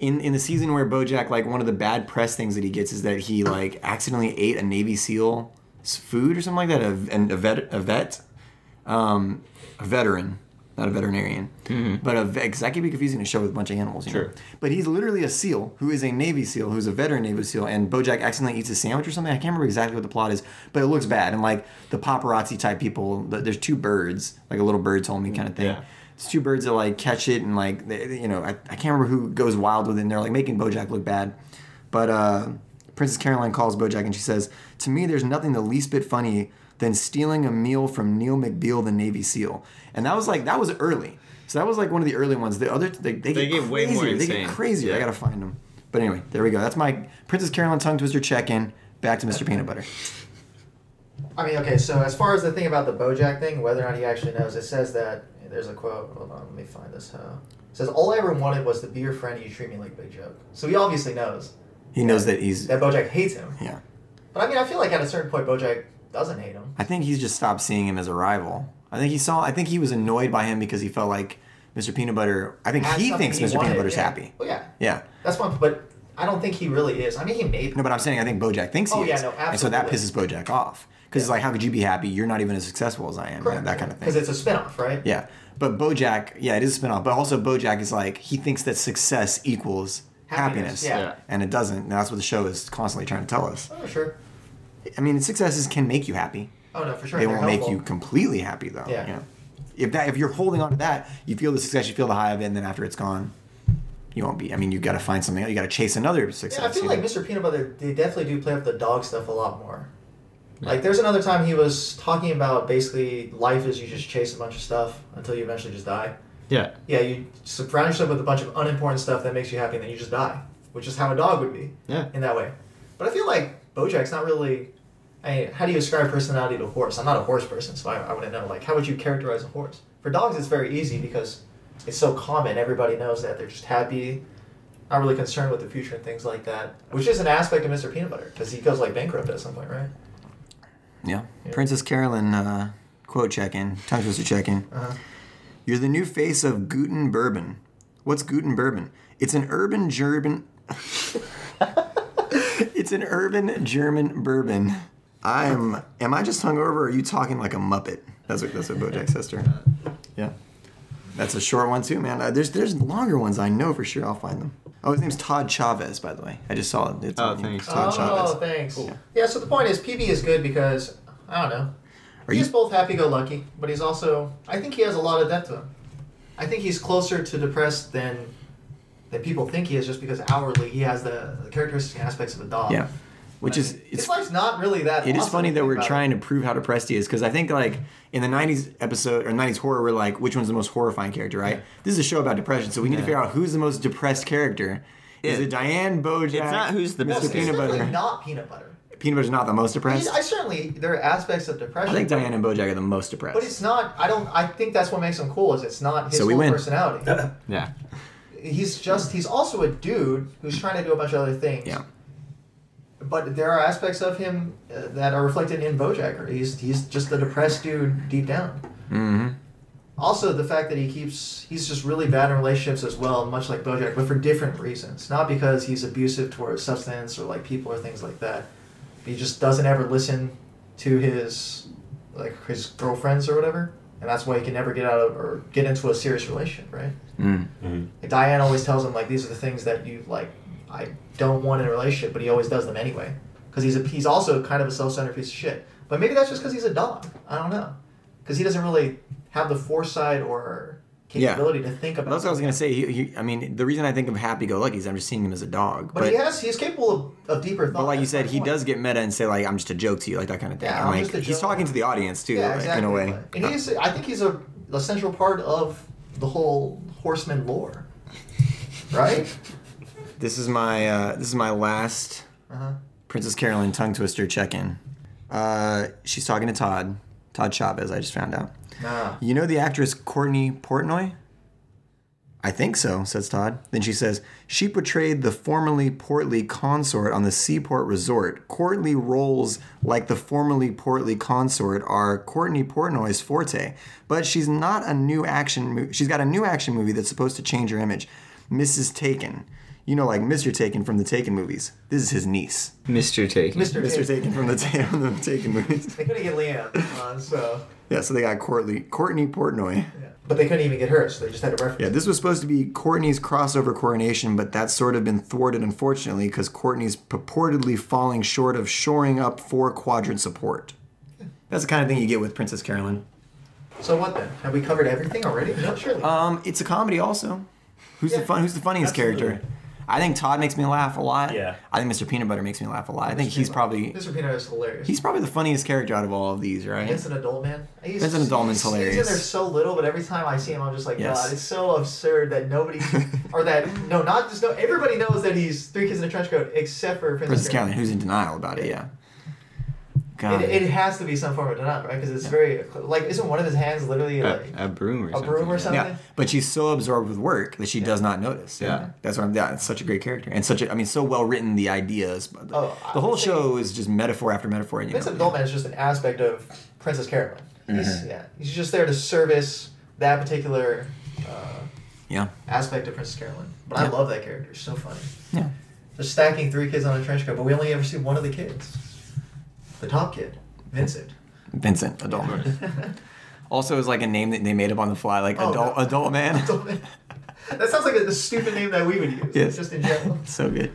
A: in in the season where BoJack, like one of the bad press things that he gets is that he like accidentally ate a Navy SEAL's food or something like that. A, and a vet, a vet, um, a veteran, not a veterinarian, but a vet, because that could be confusing to show with a bunch of animals. You Know?
E: Sure.
A: But he's literally a SEAL who is a Navy SEAL who's a veteran Navy SEAL, and BoJack accidentally eats a sandwich or something. I can't remember exactly what the plot is, but it looks bad. And like the paparazzi type people, th- there's two birds, like a little bird told me kind of thing.
E: Yeah.
A: It's two birds that like catch it and like they, they- you know I, I can't remember who goes wild with it. and They're like making BoJack look bad, but uh, Princess Caroline calls BoJack and she says, "To me, there's nothing the least bit funny than stealing a meal from Neil McBeal, the Navy SEAL." And that was like that was early, so that was like one of the early ones. The other they, they,
E: They
A: get,
E: get way
A: crazier.
E: more
A: they get
E: insane.
A: crazier. I
E: Yeah.
A: gotta find them. But anyway, there we go. That's my Princess Caroline tongue twister check in. Back to Mr. Peanut Butter.
B: I mean, okay, so as far as the thing about the Bojack thing, whether or not he actually knows, it says that there's a quote. Hold on, let me find this. How it says, "All I ever wanted was to be your friend, and you treat me like Big Joke." So he obviously knows
A: He knows that he's
B: that Bojack hates him.
A: yeah.
B: But I mean, I feel like at a certain point, Bojack doesn't hate him.
A: I think he's just stopped seeing him as a rival. I think he saw. I think he was annoyed by him because he felt like Mr. Peanut Butter. I think
B: Had
A: he
B: something
A: thinks Mr.
B: wanted,
A: Peanut Butter's
B: yeah.
A: happy.
B: Well, yeah,
A: Yeah,
B: that's one. But I don't think he really is. I mean, he may.
A: No, but I'm saying I think Bojack thinks he
B: Oh,
A: is.
B: yeah, no,
A: And so that pisses
B: absolutely.
A: Bojack off. Because it's like, how could you be happy? You're not even as successful as I am. Yeah, that kind of thing.
B: Because it's a spinoff, right?
A: yeah. But Bojack, yeah, it is a spinoff. But also Bojack is like, he thinks that success equals happiness.
B: Happiness, yeah.
E: Yeah.
A: And it doesn't. And that's what the show is constantly trying to tell us.
B: Oh, sure.
A: I mean, successes can make you happy.
B: Oh no, for sure.
A: They
B: They're
A: won't make
B: helpful.
A: you completely happy though.
B: Yeah.
A: you know? If that if you're holding on to that, you feel the success, you feel the high of it, and then after it's gone, you won't be. I mean, you got to find something. else. You got to chase another success.
B: Yeah, I feel
A: you
B: like
A: know?
B: Mr. Peanut Butter, they definitely do play up the dog stuff a lot more. Like, there's another time he was talking about basically life is you just chase a bunch of stuff until you eventually just die.
E: Yeah.
B: Yeah, you surround yourself with a bunch of unimportant stuff that makes you happy and then you just die, which is how a dog would be
E: Yeah.
B: in that way. But I feel like Bojack's not really. I mean, how do you ascribe personality to a horse? I'm not a horse person, so I, I wouldn't know. Like, how would you characterize a horse? For dogs, it's very easy because it's so common. Everybody knows that they're just happy, not really concerned with the future and things like that, which is an aspect of Mr. Peanut Butter because he goes like bankrupt at some point, right?
A: Yeah. Princess Carolyn uh, quote check in, tongue twister check in. You're the new face of Guten Bourbon. What's Guten Bourbon? It's an urban German. it's an urban German bourbon. I'm. Am I just hungover? Or are you talking like a muppet? That's what that's what Bojack says to her. Yeah. That's a short one too, man. Uh, there's there's longer ones. I know for sure. I'll find them. Oh, his name's Todd Chavez, by the way. I just saw it. It's
E: Oh,
A: on you.
E: thanks.
A: Todd Chavez.
B: oh, thanks. Yeah, so the point is, PB is good because, I don't know.
A: Are
B: he's
A: you-
B: both happy go lucky, but he's also, I think he has a lot of depth to him. I think he's closer to depressed than than people think he is just because outwardly he has the, the characteristic aspects of a dog.
A: Yeah. Which is
B: His life's not really that.
A: It is
B: awesome
A: funny
B: if
A: that
B: you
A: we're
B: think about
A: trying to prove how depressed he is because I think like in the '90s episode or '90s horror, we're like, which one's the most horrifying character, right? This is a show about depression, so we need to figure out who's the most depressed character. Is
E: Yeah.
A: it Diane Bojack?
E: It's not who's the
A: Mr.
B: it.
E: best.
B: Well,
A: Peanut
B: it's definitely
A: Butter.
B: not peanut butter.
A: Peanut Butter's not the most
B: I,
A: depressed.
B: mean,
A: I,
B: I certainly there are aspects of depression.
A: think Diane and Bojack are the most depressed.
B: But it's not. I don't. I think that's what makes him cool. Is it's not his
A: So we
B: whole
A: win.
B: personality.
D: Mm-hmm.
E: Yeah.
B: he's just he's also a dude who's trying to do a bunch of other things.
A: Yeah.
B: But there are aspects of him uh, that are reflected in Bojack. He's he's just a depressed dude deep down.
A: mm-hmm.
B: Also, the fact that he keeps he's just really bad in relationships as well, much like Bojack, but for different reasons. Not because he's abusive towards substance or like people or things like that. He just doesn't ever listen to his like his girlfriends or whatever, and that's why he can never get out of or get into a serious relationship, right?
A: Mm.
B: Like, Diane always tells him like these are the things that you like I don't want in a relationship, but he always does them anyway because he's a he's also kind of a self-centered piece of shit. But maybe that's just because he's a dog. I don't know because he doesn't really have the foresight or
A: Yeah.
B: capability to think about.
A: That's what I was gonna
B: something.
A: say. He, he, I mean, the reason I think of Happy Go Lucky is I'm just seeing him as a dog.
B: But, he has he's capable of, of deeper thought.
A: But like you
B: That's my
A: said, he
B: point.
A: does get meta and say like, "I'm just a joke to you," like that kind of thing.
B: Yeah,
A: and
B: I'm
A: like
B: just a
A: he's
B: joke.
A: talking to the audience too,
B: yeah,
A: like,
B: exactly.
A: in a way.
B: And he's I think he's a, a central part of the whole horseman lore, right?
A: This is my uh, this is my last
B: Uh-huh.
A: Princess Carolyn tongue twister check in. Uh, she's talking to Todd, Todd Chavez. I just found out.
B: Nah.
A: You know the actress Courtney Portnoy? I think so, says Todd. Then she says she portrayed the formerly portly consort on the Seaport Resort. Courtly roles like the formerly portly consort are Courtney Portnoy's forte, but she's not a new action. Mo- she's got a new action movie that's supposed to change her image. Mrs. Taken, you know, like Mr. Taken from the Taken movies. This is his niece.
E: Mr. Take.
B: Mr.
A: Mr.
B: Mr.
A: Taken from the, ta- from the Taken movies.
B: They couldn't get Liam on, so
A: Yeah, so they got Courtly Courtney Portnoy.
B: yeah. but they couldn't even get her, so they just had a reference.
A: Yeah, this was supposed to be Courtney's crossover coronation, but that's sort of been thwarted, unfortunately, because Courtney's purportedly falling short of shoring up four quadrant support. That's the kind of thing you get with Princess Carolyn.
B: So what then? Have we covered everything already? No, surely.
A: Um, it's a comedy, also. Who's the
B: Yeah,
A: fun? Who's the funniest character?
D: absolutely.
A: I think Todd makes me laugh a lot.
D: Yeah.
A: I think Mr. Peanut Butter makes me laugh a lot. I think he's probably
B: Mr. Peanut is hilarious.
A: he's probably the funniest character out of all of these, right?
B: Vincent Adult Man. He's,
A: Vincent Adultman's
B: he's- He's in
A: hilarious.
B: there so little, but every time I see him, I'm just like,
A: Yes.
B: God, it's so absurd that nobody, or that no, not just no. Everybody knows that he's three kids in a trench coat, except for Princess,
A: Princess Carolyn, who's in denial about it? Yeah. God.
B: It, it has to be some form of denial, right? Because it's very like, isn't one of his hands literally
E: A,
A: Uh,
B: like
E: a broom or
B: a
E: something.
B: broom or
E: yeah.
B: something?
A: Yeah, but she's so absorbed with work that she does not notice.
E: Yeah.
A: that's what I'm. Yeah, it's such a great character and such. a I mean, so well written. The ideas, but the,
B: Oh, I
A: the whole
B: would say-
A: show is just metaphor after metaphor. You
B: Vincent
A: know? Mm-hmm.
B: Adultman is just an aspect of Princess Carolyn. He's, yeah, he's just there to service that particular uh,
A: Yeah,
B: aspect of Princess Carolyn. But I
A: Yeah.
B: love that character; it's so funny.
A: yeah.
B: They're stacking three kids on a trench coat, but we only ever see one of the kids. The top kid, Vincent.
A: Vincent, adult man. also, is like a name that they made up on the fly, like
B: Oh,
A: adult,
B: no.
A: adult man.
B: that sounds like a, a stupid name that we would use.
A: Yes.
B: Just in general.
A: so good.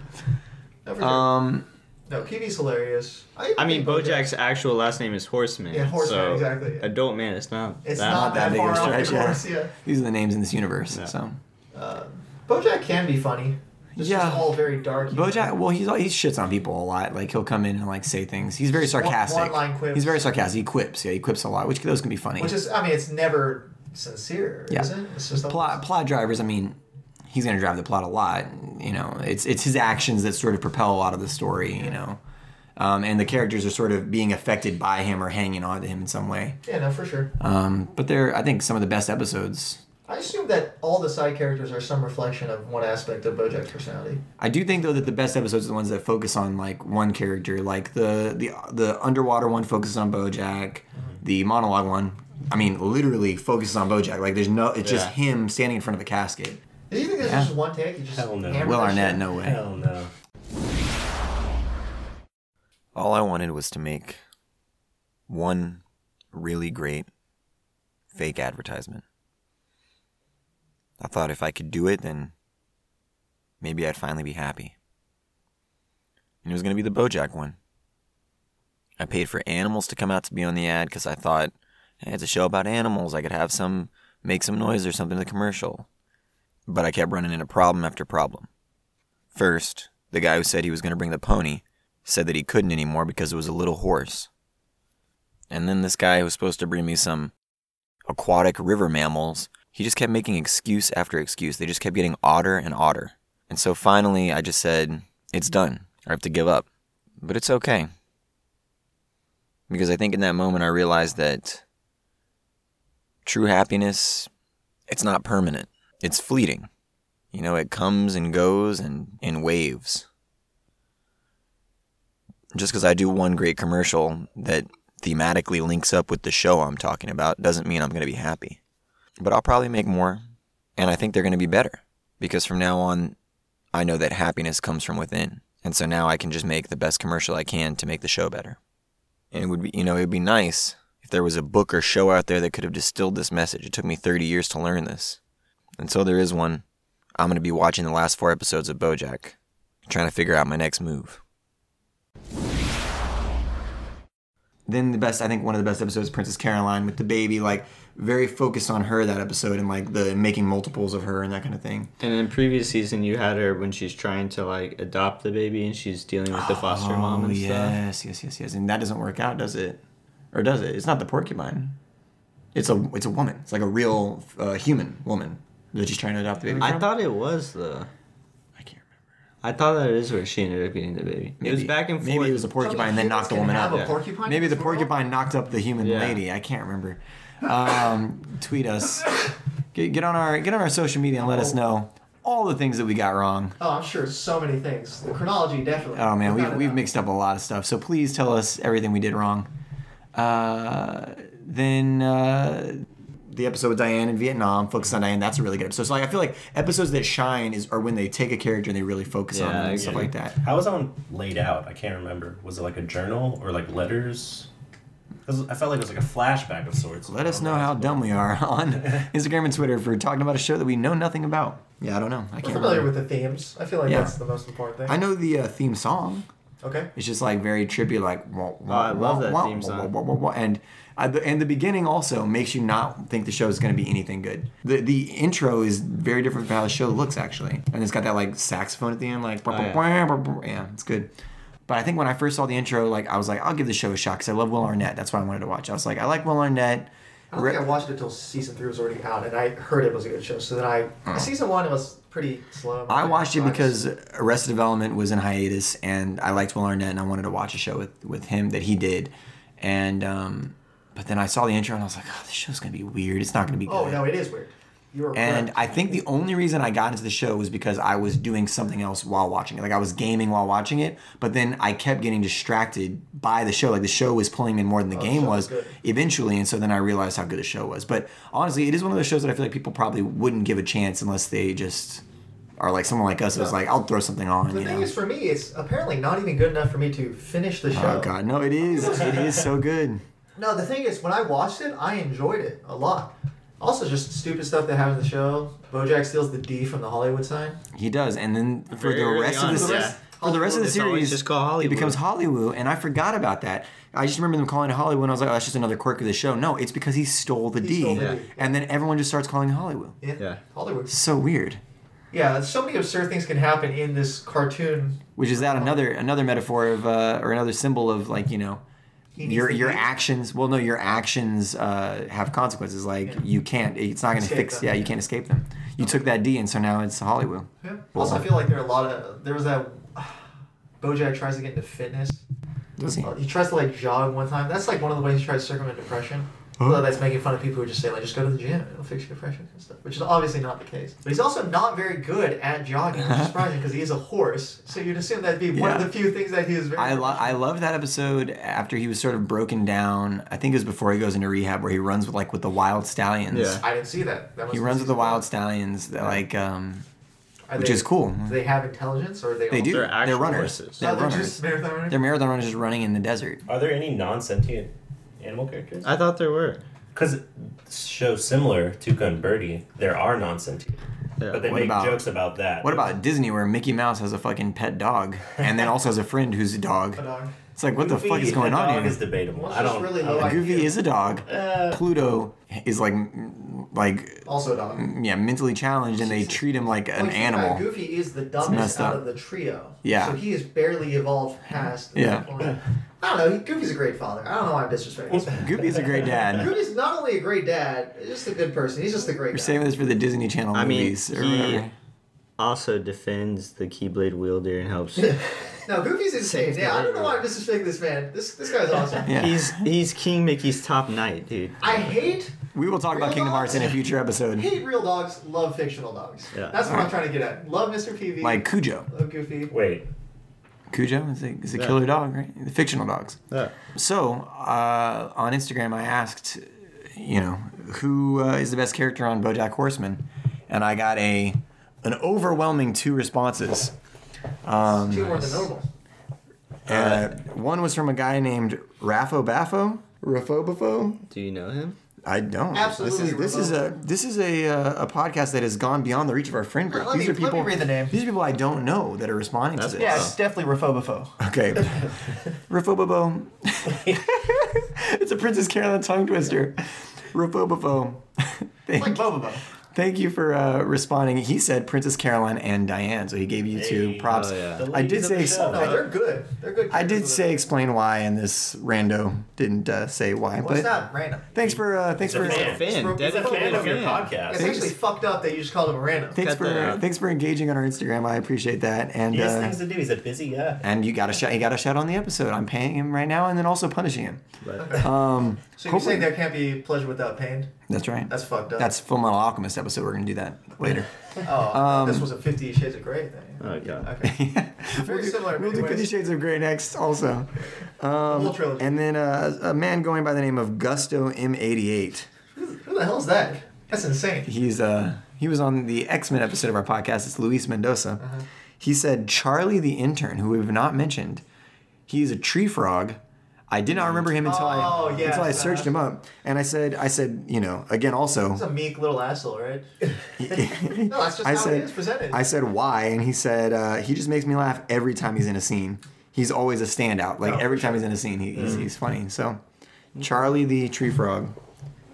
B: No, for sure.
A: Um,
B: no PV's hilarious.
E: I mean,
B: think
E: Bojack's actual last name is Horseman.
B: Yeah, Horseman,
E: so
B: exactly, yeah.
E: Adult man, it's not.
B: It's
E: that-
B: not
A: that
B: that,
A: big of
B: far
A: a
B: off the
A: stretch, yeah.
B: course, yeah.
A: these are the names in this universe.
E: Yeah.
A: So
B: Uh, Bojack can be funny. It's
A: Yeah.
B: just all very dark. humor.
A: Bojack, well, he's all- he shits on people a lot. Like he'll come in and like say things. He's very
B: one-
A: sarcastic.
B: one-line quips.
A: He's very sarcastic. He quips. Yeah, he quips a lot, which those can be funny.
B: Which is, I mean, it's never sincere,
A: Yeah.
B: is it? It's just a
A: plot plot drivers. I mean, he's gonna drive the plot a lot. You know, it's it's his actions that sort of propel a lot of the story. You know, um, and the characters are sort of being affected by him or hanging on to him in some way.
B: Yeah, no, for sure.
A: Um, but they're I think some of the best episodes.
B: I assume that all the side characters are some reflection of one aspect of Bojack's personality.
A: I do think though that the best episodes are the ones that focus on like one character, like the the the underwater one focuses on BoJack, the monologue one. I mean, literally focuses on BoJack. Like there's no, it's just
E: Yeah.
A: him standing in front of a casket.
B: Do you think this
A: Yeah.
B: is just one take? You just
D: Hell no.
B: hammer
A: Will
B: that
A: Arnett,
B: shit?
A: no way.
D: Hell no.
C: All I wanted was to make one really great fake advertisement. I thought if I could do it, then maybe I'd finally be happy. And it was going to be the Bojack one. I paid for animals to come out to be on the ad because I thought, hey, it's a show about animals. I could have some make some noise or something in the commercial. But I kept running into problem after problem. First, the guy who said he was going to bring the pony said that he couldn't anymore because it was a little horse. And then this guy who was supposed to bring me some aquatic river mammals, he just kept making excuse after excuse. They just kept getting odder and odder. And so finally, I just said, It's done. I have to give up. But it's okay. Because I think in that moment, I realized that true happiness, it's not permanent, it's fleeting. You know, it comes and goes and in waves just because I do one great commercial that thematically links up with the show I'm talking about doesn't mean I'm going to be happy. But I'll probably make more, and I think they're going to be better because from now on, I know that happiness comes from within. And so now I can just make the best commercial I can to make the show better. And it would be, you know, it would be nice if there was a book or show out there that could have distilled this message. It took me 30 years to learn this. Until there is one, I'm going to be watching the last four episodes of Bojack, trying to figure out my next move.
A: then the best I think one of the best episodes Princess Caroline with the baby like very focused on her that episode and like the making multiples of her and that kind of thing.
E: And in previous season, you had her when she's trying to like adopt the baby and she's dealing with the foster mom
A: oh
E: and stuff.
A: yes, yes, yes, yes. And that doesn't work out, does it? Or does it? It's not the porcupine. It's a it's a woman. It's like a real uh, human woman that she's trying to adopt the baby.
E: I
A: from.
E: thought it was though.
A: I can't remember.
E: I thought that is where she ended up getting the baby. It was
A: Maybe-
E: back and forth.
A: Maybe it was a porcupine that
B: humans
A: knocked the
B: can
A: woman
B: have
A: up.
B: a Yeah. porcupine in
A: Maybe the
B: this world?
A: porcupine knocked up the human
E: Yeah.
A: lady. I can't remember. Um, tweet us. Get, get on our get on our social media and let
E: Oh.
A: us know all the things that we got wrong.
B: Oh, I'm sure so many things. The chronology, definitely.
A: Oh man,
B: Without
A: we've
B: a
A: we've
B: doubt.
A: mixed up a lot of stuff. So please tell us everything we did wrong. Uh, then uh, the episode with Diane in Vietnam, focus on Diane. That's a really good episode. So like, I feel like episodes that shine is are when they take a character and they really focus on
E: Yeah,
A: them
E: I
A: and stuff
E: agree.
A: like that.
D: How was on laid out? I can't remember. Was it like a journal or like letters? 'Cause I felt like it was like a flashback of sorts.
A: Let
E: Oh,
A: us know how dumb we are on Instagram and Twitter for talking about a show that we know nothing about. Yeah, I don't know. I
B: We're
A: can't.
B: familiar
A: remember.
B: with the themes. I feel like
A: Yeah.
B: that's the most important thing.
A: I know the uh, theme song.
B: Okay.
A: It's just like very trippy, like. Wah, wah,
E: Oh, I love that
A: wah,
E: theme
A: wah,
E: song.
A: wah, wah, wah, wah. And uh, the, and the beginning also makes you not think the show is going to be anything good. The the intro is very different from how the show looks actually, and it's got that like saxophone at the end, like.
E: Oh, yeah.
A: "Wah, wah, wah, wah." yeah, it's good. But I think when I first saw the intro, like I was like, I'll give the show a shot because I love Will Arnett. That's what I wanted to watch. I was like, I like Will Arnett.
B: I don't
A: Re-
B: think I watched it till season three was already out, and I heard it was a good show. So then I season one was pretty slow.
A: I watched it because Arrested Development was in hiatus, and I liked Will Arnett, and I wanted to watch a show with, with him that he did. And um, but then I saw the intro, and I was like, "Oh, this show's gonna be weird. It's not gonna be good."
B: Oh no, it is weird. You were
A: And
B: correct.
A: I think the only reason I got into the show was because I was doing something else while watching it. Like I was gaming while watching it, but then I kept getting distracted by the show. Like the show was pulling me more than the
B: the
A: game
B: show was
A: was
B: Oh, good.
A: eventually. And so then I realized how good the show was. But honestly, it is one of those shows that I feel like people probably wouldn't give a chance unless they just or like someone like us who's
B: No.
A: like, I'll throw something on.
B: The
A: you
B: thing
A: know?
B: is, for me, it's apparently not even good enough for me to finish the show.
A: oh god, no, it is. It is so good.
B: No, the thing is, when I watched it, I enjoyed it a lot. Also, just stupid stuff that happened in the show. Bojack steals the D from the Hollywood sign.
A: He does, and then for
E: Very
A: the
E: early
A: rest
E: on,
A: of the
E: yeah.
A: se- for the rest of the
E: It's always
A: series,
E: just called Hollywood.
A: it becomes Hollywood, and I forgot about that. I just remember them calling it Hollywood. and I was like, oh, that's just another quirk of the show. No, it's because he stole the
B: He
A: D,
B: stole the Yeah. D.
A: and then everyone just starts calling it Hollywood.
E: Yeah.
B: Hollywood.
A: It's so weird.
B: Yeah, so many absurd things can happen in this cartoon.
A: Which is that another another metaphor of uh, or another symbol of like you know
B: He needs
A: your
B: to
A: your
B: be-
A: actions. Well, no, your actions uh, have consequences. Like
B: Yeah.
A: you can't. It's not going to
B: Escape
A: fix.
B: them.
A: Yeah, you can't escape them. You took that D, and so now it's Hollywood.
B: Yeah. Also, I feel like there are a lot of there was that Bojack tries to get into fitness.
A: Does he?
B: Uh, He tries to like jog one time. That's like one of the ways he tries to circumvent depression. Although that's making fun of people who just say like just go to the gym, it'll fix your depression and stuff, which is obviously not the case. But he's also not very good at jogging, which is surprising because he is a horse. So you'd assume that'd be one of
A: Yeah.
B: the few things that he is very.
A: I, lo- I love that episode after he was sort of broken down. I think it was before he goes into rehab, where he runs with like with the wild stallions.
E: Yeah.
B: I didn't see that. that
A: He runs with the wild stallions, that, like um,
B: Are
A: which
B: they-
A: is cool.
B: Do they have intelligence or are they?
A: They
B: all-
A: do.
E: They're
A: They're,
E: actual
A: runners.
E: horses.
A: They're
B: Oh, they're
A: runners.
B: just marathon runners?
A: They're marathon runners just running in the desert.
D: Are there any non sentient animal characters?
E: I thought there were.
D: Because show similar to Gun Birdie, there are non sentient.
E: Yeah.
D: But they
A: What
D: make
A: about-
D: jokes about that.
A: What about Disney, where Mickey Mouse has a fucking pet dog, and then also has a friend who's a dog?
B: A dog.
A: It's like, what the
D: Goofy
A: fuck is
D: and
A: going
D: the
A: on
D: dog
A: here?
D: is debatable.
B: Well, it's
D: I
B: just
D: don't.
B: really
D: I
B: low
D: don't-
B: IQ.
A: Goofy is a dog. Pluto is like, mm, like,
B: Also a dog.
A: yeah, mentally challenged, and they
B: Jesus.
A: treat him like an
B: Like, think about it,
A: animal.
B: uh, Goofy is the
A: messed
B: dumbest out
A: up.
B: of the trio.
A: Yeah.
B: So he is barely evolved past.
A: Yeah.
B: that point. I don't know. he- Goofy's a great father. I don't know why I'm disrespecting this man.
A: Goofy's a great dad.
B: Goofy's not only a great dad, he's just a good person. He's just a great
A: We're
B: guy.
A: saving this for the Disney Channel
E: I mean,
A: movies or
E: he-
A: whatever.
E: Also defends the Keyblade wielder and helps.
B: No, Goofy's insane. Yeah, I don't know why I'm disrespecting this man. This this guy's awesome.
A: Yeah.
E: He's he's King Mickey's top knight, dude.
B: I hate
A: we will talk about
B: Real
A: Kingdom Hearts in a future episode.
B: hate real dogs, love fictional dogs.
E: Yeah.
B: That's what I'm trying to get at. Love Mr. Peavy.
A: Like Cujo.
B: love Goofy.
D: Wait.
A: Cujo is a, is a killer dog, right? The fictional dogs. So uh, on Instagram, I asked, you know, who uh, is the best character on BoJack Horseman, and I got a an overwhelming two responses.
B: Two more than normal.
A: Uh, one was from a guy named Raffo Baffo, Raffobafo.
E: Do you know him?
A: I don't.
B: Absolutely
A: This is this is a this is a uh, a podcast that has gone beyond the reach of our friend group.
B: Let me-
A: these are
B: let me
A: people.
B: read the name.
A: These are people I don't know that are responding to this.
E: Yeah,
B: it's definitely Raphobopho.
A: Okay. Rafobabo. it's a Princess Carolyn tongue twister. Rafobabo. thank,
B: Like Bobobo.
A: thank you for uh, responding. He said Princess Carolyn and Diane, so he gave you two
D: Hey.
A: props.
E: Oh, yeah.
D: The
A: I did
D: ladies of
A: say
D: the show.
B: No, they're good. They're good.
A: I did
B: characters.
A: say explain why, and this rando didn't uh, say why.
B: Well, it's
A: but
B: not random.
A: thanks for uh, thanks
D: He's a
A: for
D: fan.
E: Fan,
B: He's a
E: dedicated
D: fan of your
E: fan.
D: podcast.
B: It's actually fucked up that you just called him random.
A: thanks
E: Cut
A: for
E: that out.
A: thanks for engaging on our Instagram. I appreciate that. And
D: He has
A: uh,
D: things to do. He's a busy guy.
A: and you got a shout. You got a shout on the episode. I'm paying him right now, and then also punishing him.
E: But
A: Um,
B: So you're
A: hopefully-
B: saying there can't be pleasure without pain?
A: that's right.
B: That's fucked up.
A: That's Full Metal Alchemist episode. We're gonna do that later.
B: oh, I thought this was a Fifty Shades of Grey thing.
A: Uh,
E: oh god.
B: Okay.
A: we'll do,
B: similar in
A: We'll
B: many
A: do Fifty
B: ways.
A: Shades of Grey next, also.
B: Whole trilogy.
A: And then uh, a man going by the name of Gusto M88.
B: Who the hell's that? That's insane.
A: He's uh, he was on the X Men episode of our podcast. It's Luis Mendoza.
B: Uh-huh.
A: He said Charlie the intern, who we've not mentioned. He's a tree frog. I did not remember him until
B: Oh,
A: I
B: yes,
A: until I
B: that's
A: searched him up, and I said I said you know again also.
B: He's a meek little asshole, right? No, that's just
A: I
B: how
A: said,
B: it is presented.
A: I said why, and he said uh, he just makes me laugh every time he's in a scene. He's always a standout. Like
B: Oh,
A: every
B: for Mm.
A: time he's in a scene, he, he's, he's funny. So, Charlie the Tree Frog.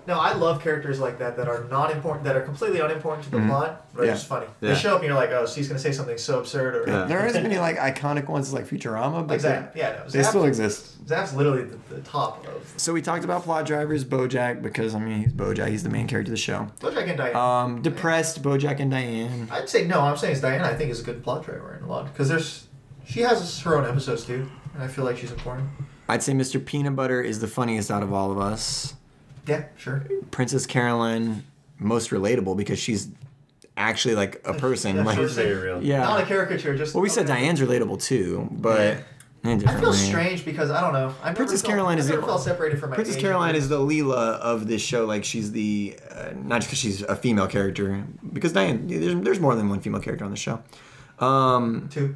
B: no, I love characters like that that are not important, that are completely unimportant to the plot, but
A: Mm-hmm. Yeah.
B: are just funny.
E: Yeah.
B: They show up and you're like, oh, so he's gonna say something so absurd or
E: Yeah.
A: There aren't as many like iconic ones like Futurama, but
B: exactly.
A: they,
B: Yeah, no,
A: they
B: Zap's-
A: still exist.
B: Zap's literally the, the top of
A: So we talked about plot drivers, BoJack because I mean he's BoJack. He's the main character of the show.
B: Bojack and Diane.
A: Um, depressed BoJack and Diane.
B: I'd say no. I'm saying it's Diana. I think is a good plot driver in a lot because there's she has her own episodes too, and I feel like she's important.
A: I'd say Mr. Peanut Butter is the funniest out of all of us.
B: Yeah, sure.
A: Princess Carolyn, most relatable because she's actually like a person.
B: Yeah,
A: like,
B: she's
D: He's very real.
A: yeah.
B: Not a caricature. Just
A: Well, we said
B: okay.
A: Diane's relatable too, but Yeah,
B: I feel
A: definitely.
B: strange because I don't know. I never
A: Princess
B: felt,
A: Caroline
B: I
A: is
B: never
A: the-
B: felt separated from my
A: Princess
B: age.
A: Caroline is the Leela of this show. Like she's the uh, not just because she's a female character, because Diane, there's, there's more than one female character on the show. Um,
B: too.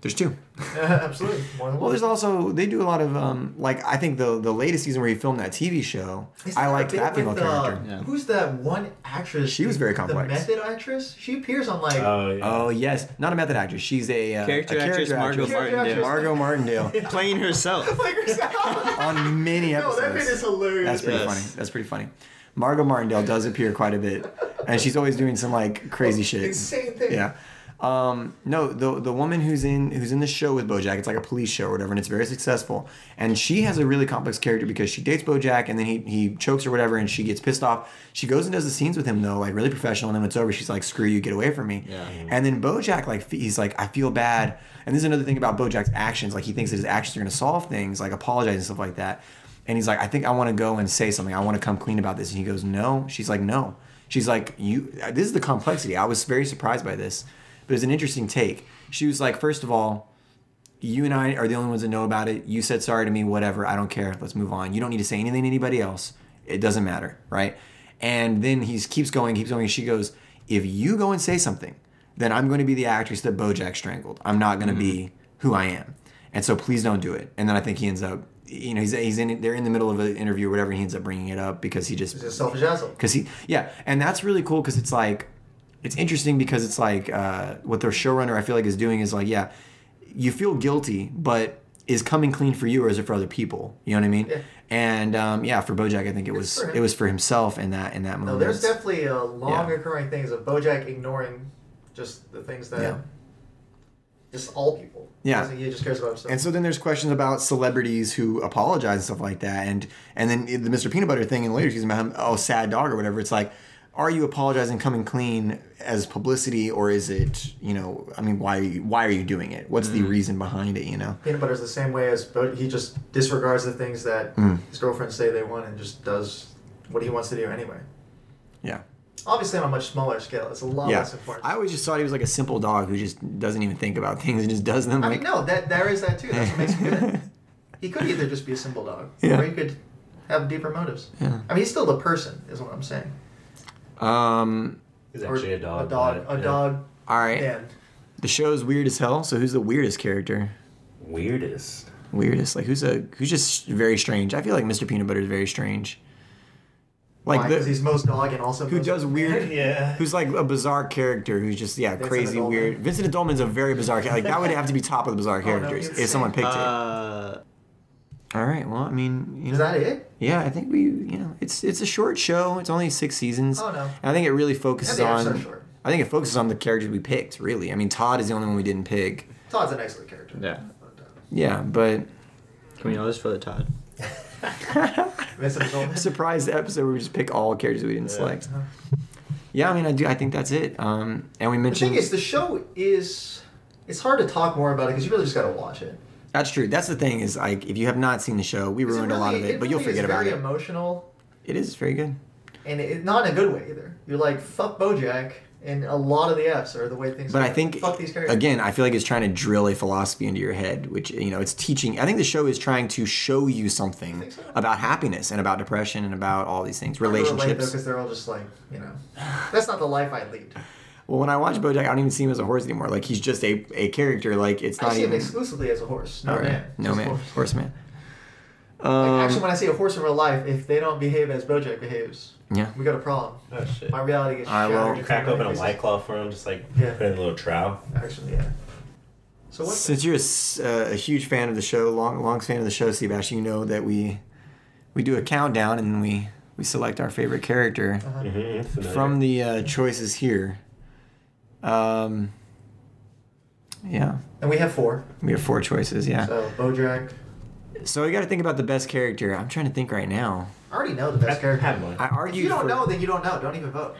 A: there's two.
B: Absolutely. More than
A: Well,
B: one.
A: there's also they do a lot of um, like I think the the latest season where he filmed that TV show.
B: Is
A: I
B: there a
A: liked
B: bit
A: that female
B: with, uh,
A: character.
B: Who's that one actress?
A: She was very complex.
B: The method actress. She appears on like.
D: Oh, yeah.
A: Oh yes, not a method actress. She's a, uh,
E: Character
A: a
E: actress Margot
B: actress.
E: Martindale.
B: Character
A: Margot Martindale
E: playing herself.
B: like herself.
A: on many
B: no,
A: episodes.
B: that bit is hilarious.
A: That's pretty
E: Yes.
A: funny. That's pretty funny. Margot Martindale does appear quite a bit, and she's always doing some like crazy shit.
B: Insane thing.
A: Yeah. Um, no, the the woman who's in who's in the show with BoJack, it's like a police show or whatever, and it's very successful. And she has a really complex character because she dates BoJack, and then he he chokes her or whatever, and she gets pissed off. She goes and does the scenes with him though, like really professional. And then when it's over, she's like, "Screw you, get away from me."
E: Yeah.
A: And then BoJack, like fe- he's like, "I feel bad." And this is another thing about BoJack's actions, like he thinks that his actions are gonna solve things, like apologize and stuff like that. And he's like, "I think I want to go and say something. I want to come clean about this." And he goes, "No." She's like, "No." She's like, you. This is the complexity. I was very surprised by this, but it's an interesting take. She was like, first of all, you and I are the only ones that know about it. You said sorry to me, whatever. I don't care. Let's move on. You don't need to say anything to anybody else. It doesn't matter, right? And then he keeps going, keeps going. She goes, if you go and say something, then I'm going to be the actress that BoJack strangled. I'm not going to be
B: Mm-hmm.
A: who I am. And so please don't do it. And then I think he ends up, you know, he's, he's in, they're in the middle of an interview or whatever. And he ends up bringing it up because he just
B: It's a selfish asshole.
A: because he yeah and that's really cool because it's like it's interesting because it's like uh, what their showrunner i feel like is doing is like yeah you feel guilty but is coming clean for you or is it for other people you know what i mean
B: Yeah.
A: and um, yeah for bojack i think it was
B: for him.
A: it was for himself in that in that moment
B: No, there's definitely uh, long
A: Yeah.
B: recurring things of BoJack ignoring just the things that
A: Yeah.
B: just all people.
A: Yeah.
B: Doesn't- he just cares about himself.
A: and so then there's questions about celebrities who apologize and stuff like that and and then the mr peanut butter thing and later she's about him oh sad dog or whatever it's like are you apologizing coming clean as publicity or is it you know i mean why why are you doing it what's
B: Mm-hmm.
A: the reason behind it you know
B: Peanut butter's the same way as Bo- he just disregards the things that
A: Hmm.
B: his girlfriends say they want and just does what he wants to do anyway.
A: yeah
B: Obviously, on a much smaller scale, it's a lot
A: yeah
B: less important.
A: i always just thought he was like a simple dog who just doesn't even think about things and just does them
B: I
A: like
B: mean, no, that there is that too. That's what makes him good. He could either just be a simple dog,
A: Yeah.
B: or he could have deeper motives.
A: Yeah.
B: I mean, he's still the person, is what I'm saying.
A: um
D: He's
B: Or
D: actually a dog.
B: a dog,
D: but,
B: a
D: yeah.
B: dog,
A: all right
B: and
A: the show's weird as hell so who's the weirdest character
D: Weirdest.
A: weirdest like who's a who's just very strange i feel like mr peanut butter is very strange like
B: because
A: the,
B: he's most dog and also
A: who
B: most-
A: does weird
D: Yeah.
A: who's like a bizarre character who's just yeah crazy
B: Adulman.
A: weird vincent Adulman's a very bizarre character like that would have to be top of the bizarre
B: Oh, no,
A: characters
B: it's
A: if someone picked
E: Uh,
A: it all right well i mean you know
B: Is that it?
A: yeah i think we you know it's it's a short show it's only six seasons
B: Oh, no.
A: and i think it really focuses
B: Yeah, they are
A: on
B: so short.
A: i think it focuses on the characters we picked really i mean todd is the only one we didn't pick
B: Todd's an excellent character. Uh-huh.
E: yeah.
A: yeah but
E: Can we know this for the Todd?
B: Vincent Adulman.
A: surprise episode where we just pick all characters we didn't select yeah i mean i do i think that's it um and we
B: The thing
A: mentioned
B: is, the show is. It's hard to talk more about it because you really just got to watch it.
A: that's true that's the thing is like if you have not seen the show we
B: 'Cause
A: ruined a lot of
B: really-
A: it, but you'll
B: really is
A: forget about
B: very
A: it
B: emotional,
A: it is very good
B: and it, not in a good way either. You're like fuck BoJack, and a lot of the Fs are the way things.
A: But
B: are.
A: I think
B: fuck these characters.
A: again, I feel like it's trying to drill a philosophy into your head, which you know, it's teaching. I think the show is trying to show you something
B: think so?
A: about happiness and about depression and about all these things, relationships.
B: because they're all just like you know, that's not the life I lead.
A: Well, when I watch BoJack, I don't even see him as a horse anymore. Like he's just a, a character. Like it's
B: I
A: not
B: see him
A: even
B: exclusively as a horse, no
A: All right.
B: man,
A: no
B: just
A: man,
B: horse.
A: horseman.
B: Like,
A: Um,
B: actually, when I see a horse in real life, if they don't behave as BoJack behaves,
A: Um, yeah.
B: we got a problem.
D: Oh, shit.
B: My reality gets
A: I will
B: shattered.
D: You
B: into
D: crack
B: my
D: open a
B: faces.
D: white claw for him, just like
B: Yeah.
D: put in a little trowel.
B: Actually, yeah. So what's
A: Since you're a s- uh, a, huge fan of the show, long long fan of the show, Seabash, you know that we we do a countdown and we we select our favorite character.
B: Uh-huh.
D: Mm-hmm, familiar.
A: from the uh, choices here. Um, yeah,
B: and we have four.
A: we have four choices. Yeah,
B: So BoJack.
A: so you got to think about the best character. I'm trying to think right now.
B: I already know the best character.
D: Have one.
A: I
B: If
A: argued.
B: you don't
A: for-
B: know, then you don't know. Don't even vote.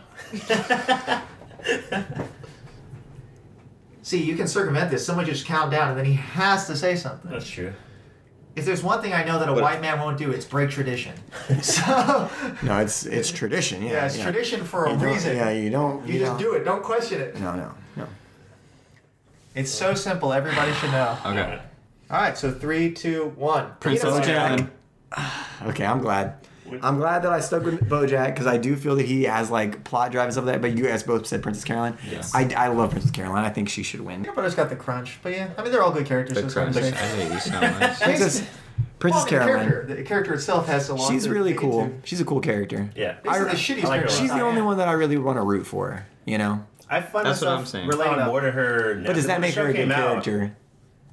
B: See, you can circumvent this. Someone just count down, and then he has to say something.
D: That's true.
B: If there's one thing I know that a
D: But-
B: white man won't do, it's break tradition. So
A: No, it's it's tradition. Yeah,
B: yeah, it's tradition for a
A: You don't-
B: reason.
A: Yeah, you don't.
B: You just do it. Don't question it.
A: No, no, no.
B: It's so simple. Everybody should know.
E: Okay.
B: All right, so three, two, one.
E: Prince
B: Peanut
E: Owen
B: butter.
E: Allen.
A: Okay, I'm glad. I'm glad that I stuck with BoJack because I do feel that he has like plot drive and stuff like that. But you guys both said Princess Caroline.
E: Yes.
A: I, I love Princess Caroline. I think she should win.
B: Peanut butter's got the crunch, but yeah, I mean they're all good characters.
E: The
B: so it's hard
E: crunch.
B: to
E: I
B: say.
E: hate you so much.
A: Princess Princess
B: Well, I mean, The
A: Caroline.
B: character, the character itself has a lot.
A: She's
B: to
A: really
B: dig
A: cool.
B: into.
A: She's a cool character.
D: Yeah.
A: I-
B: Basically, the shittiest
D: like her
B: character.
D: a lot.
A: She's the only one that I really want to root for. You know.
D: I find
E: That's what
D: myself
E: I'm saying.
D: relating
B: Oh, no.
D: more to her. Now.
A: But does that
D: When the
A: make her a
D: show
A: good
D: came out,
A: character?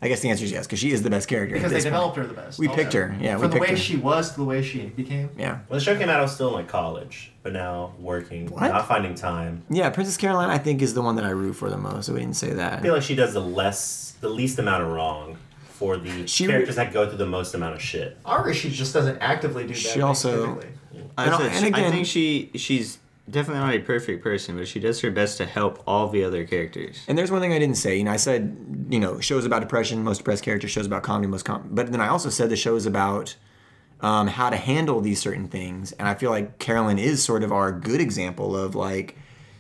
A: I guess the answer is yes because she is the best character.
B: because
A: at
B: they
A: this
B: developed
A: point.
B: her the best.
A: We
B: also.
A: picked her. Yeah, we
B: From the
A: picked
B: way
A: her.
B: she was to the way she became.
A: Yeah.
D: When the show came out, I was still in like college, but now working,
A: What?
D: not finding time.
A: Yeah, Princess Caroline, I think, is the one that I root for the most. So we didn't say that.
D: I feel like she does the less, the least amount of wrong for the
A: She-
D: characters that go through the most amount of shit.
B: Our she just doesn't actively do that.
A: She also-
B: typically.
E: I,
A: And-
E: said
A: and
E: she- I
A: again-
E: think she she's definitely not a perfect person, but she does her best to help all the other characters.
A: And there's one thing I didn't say. You know, I said, you know, shows about depression, most depressed characters, shows about comedy, most com. But then I also said the show is about um, how to handle these certain things. And I feel like Carolyn is sort of our good example of like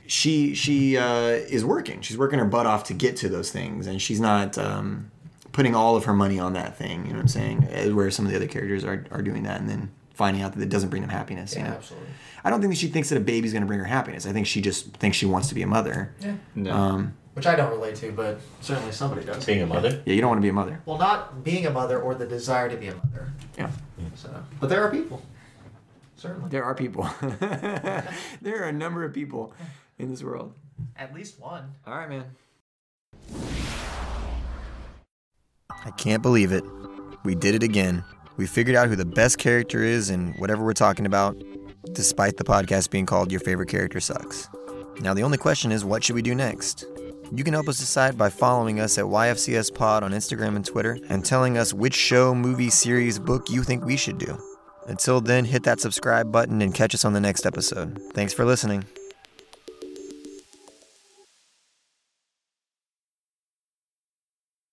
A: she she uh, is working. She's working her butt off to get to those things, and she's not um, putting all of her money on that thing. You know what I'm saying? Uh, Where some of the other characters are are doing that, and then finding out that it doesn't bring them happiness. you know?
B: absolutely.
A: I don't think that she thinks that a baby's going to bring her happiness. I think she just thinks she wants to be a mother.
B: Yeah.
E: No.
A: Um,
B: Which I don't relate to, but certainly somebody does.
D: Being a mother,
A: yeah, you don't want to be a mother.
B: Well, not being a mother or the desire to be a mother.
A: Yeah.
B: So, but there are people. Certainly,
A: There are people. there are a number of people in this world.
B: at least one.
A: All right, man.
C: I can't believe it. We did it again. We figured out who the best character is in whatever we're talking about, despite the podcast being called Your Favorite Character Sucks. Now, the only question is what should we do next? You can help us decide by following us at YFCS Pod on Instagram and Twitter and telling us which show, movie, series, book you think we should do. Until then, hit that subscribe button and catch us on the next episode. Thanks for listening.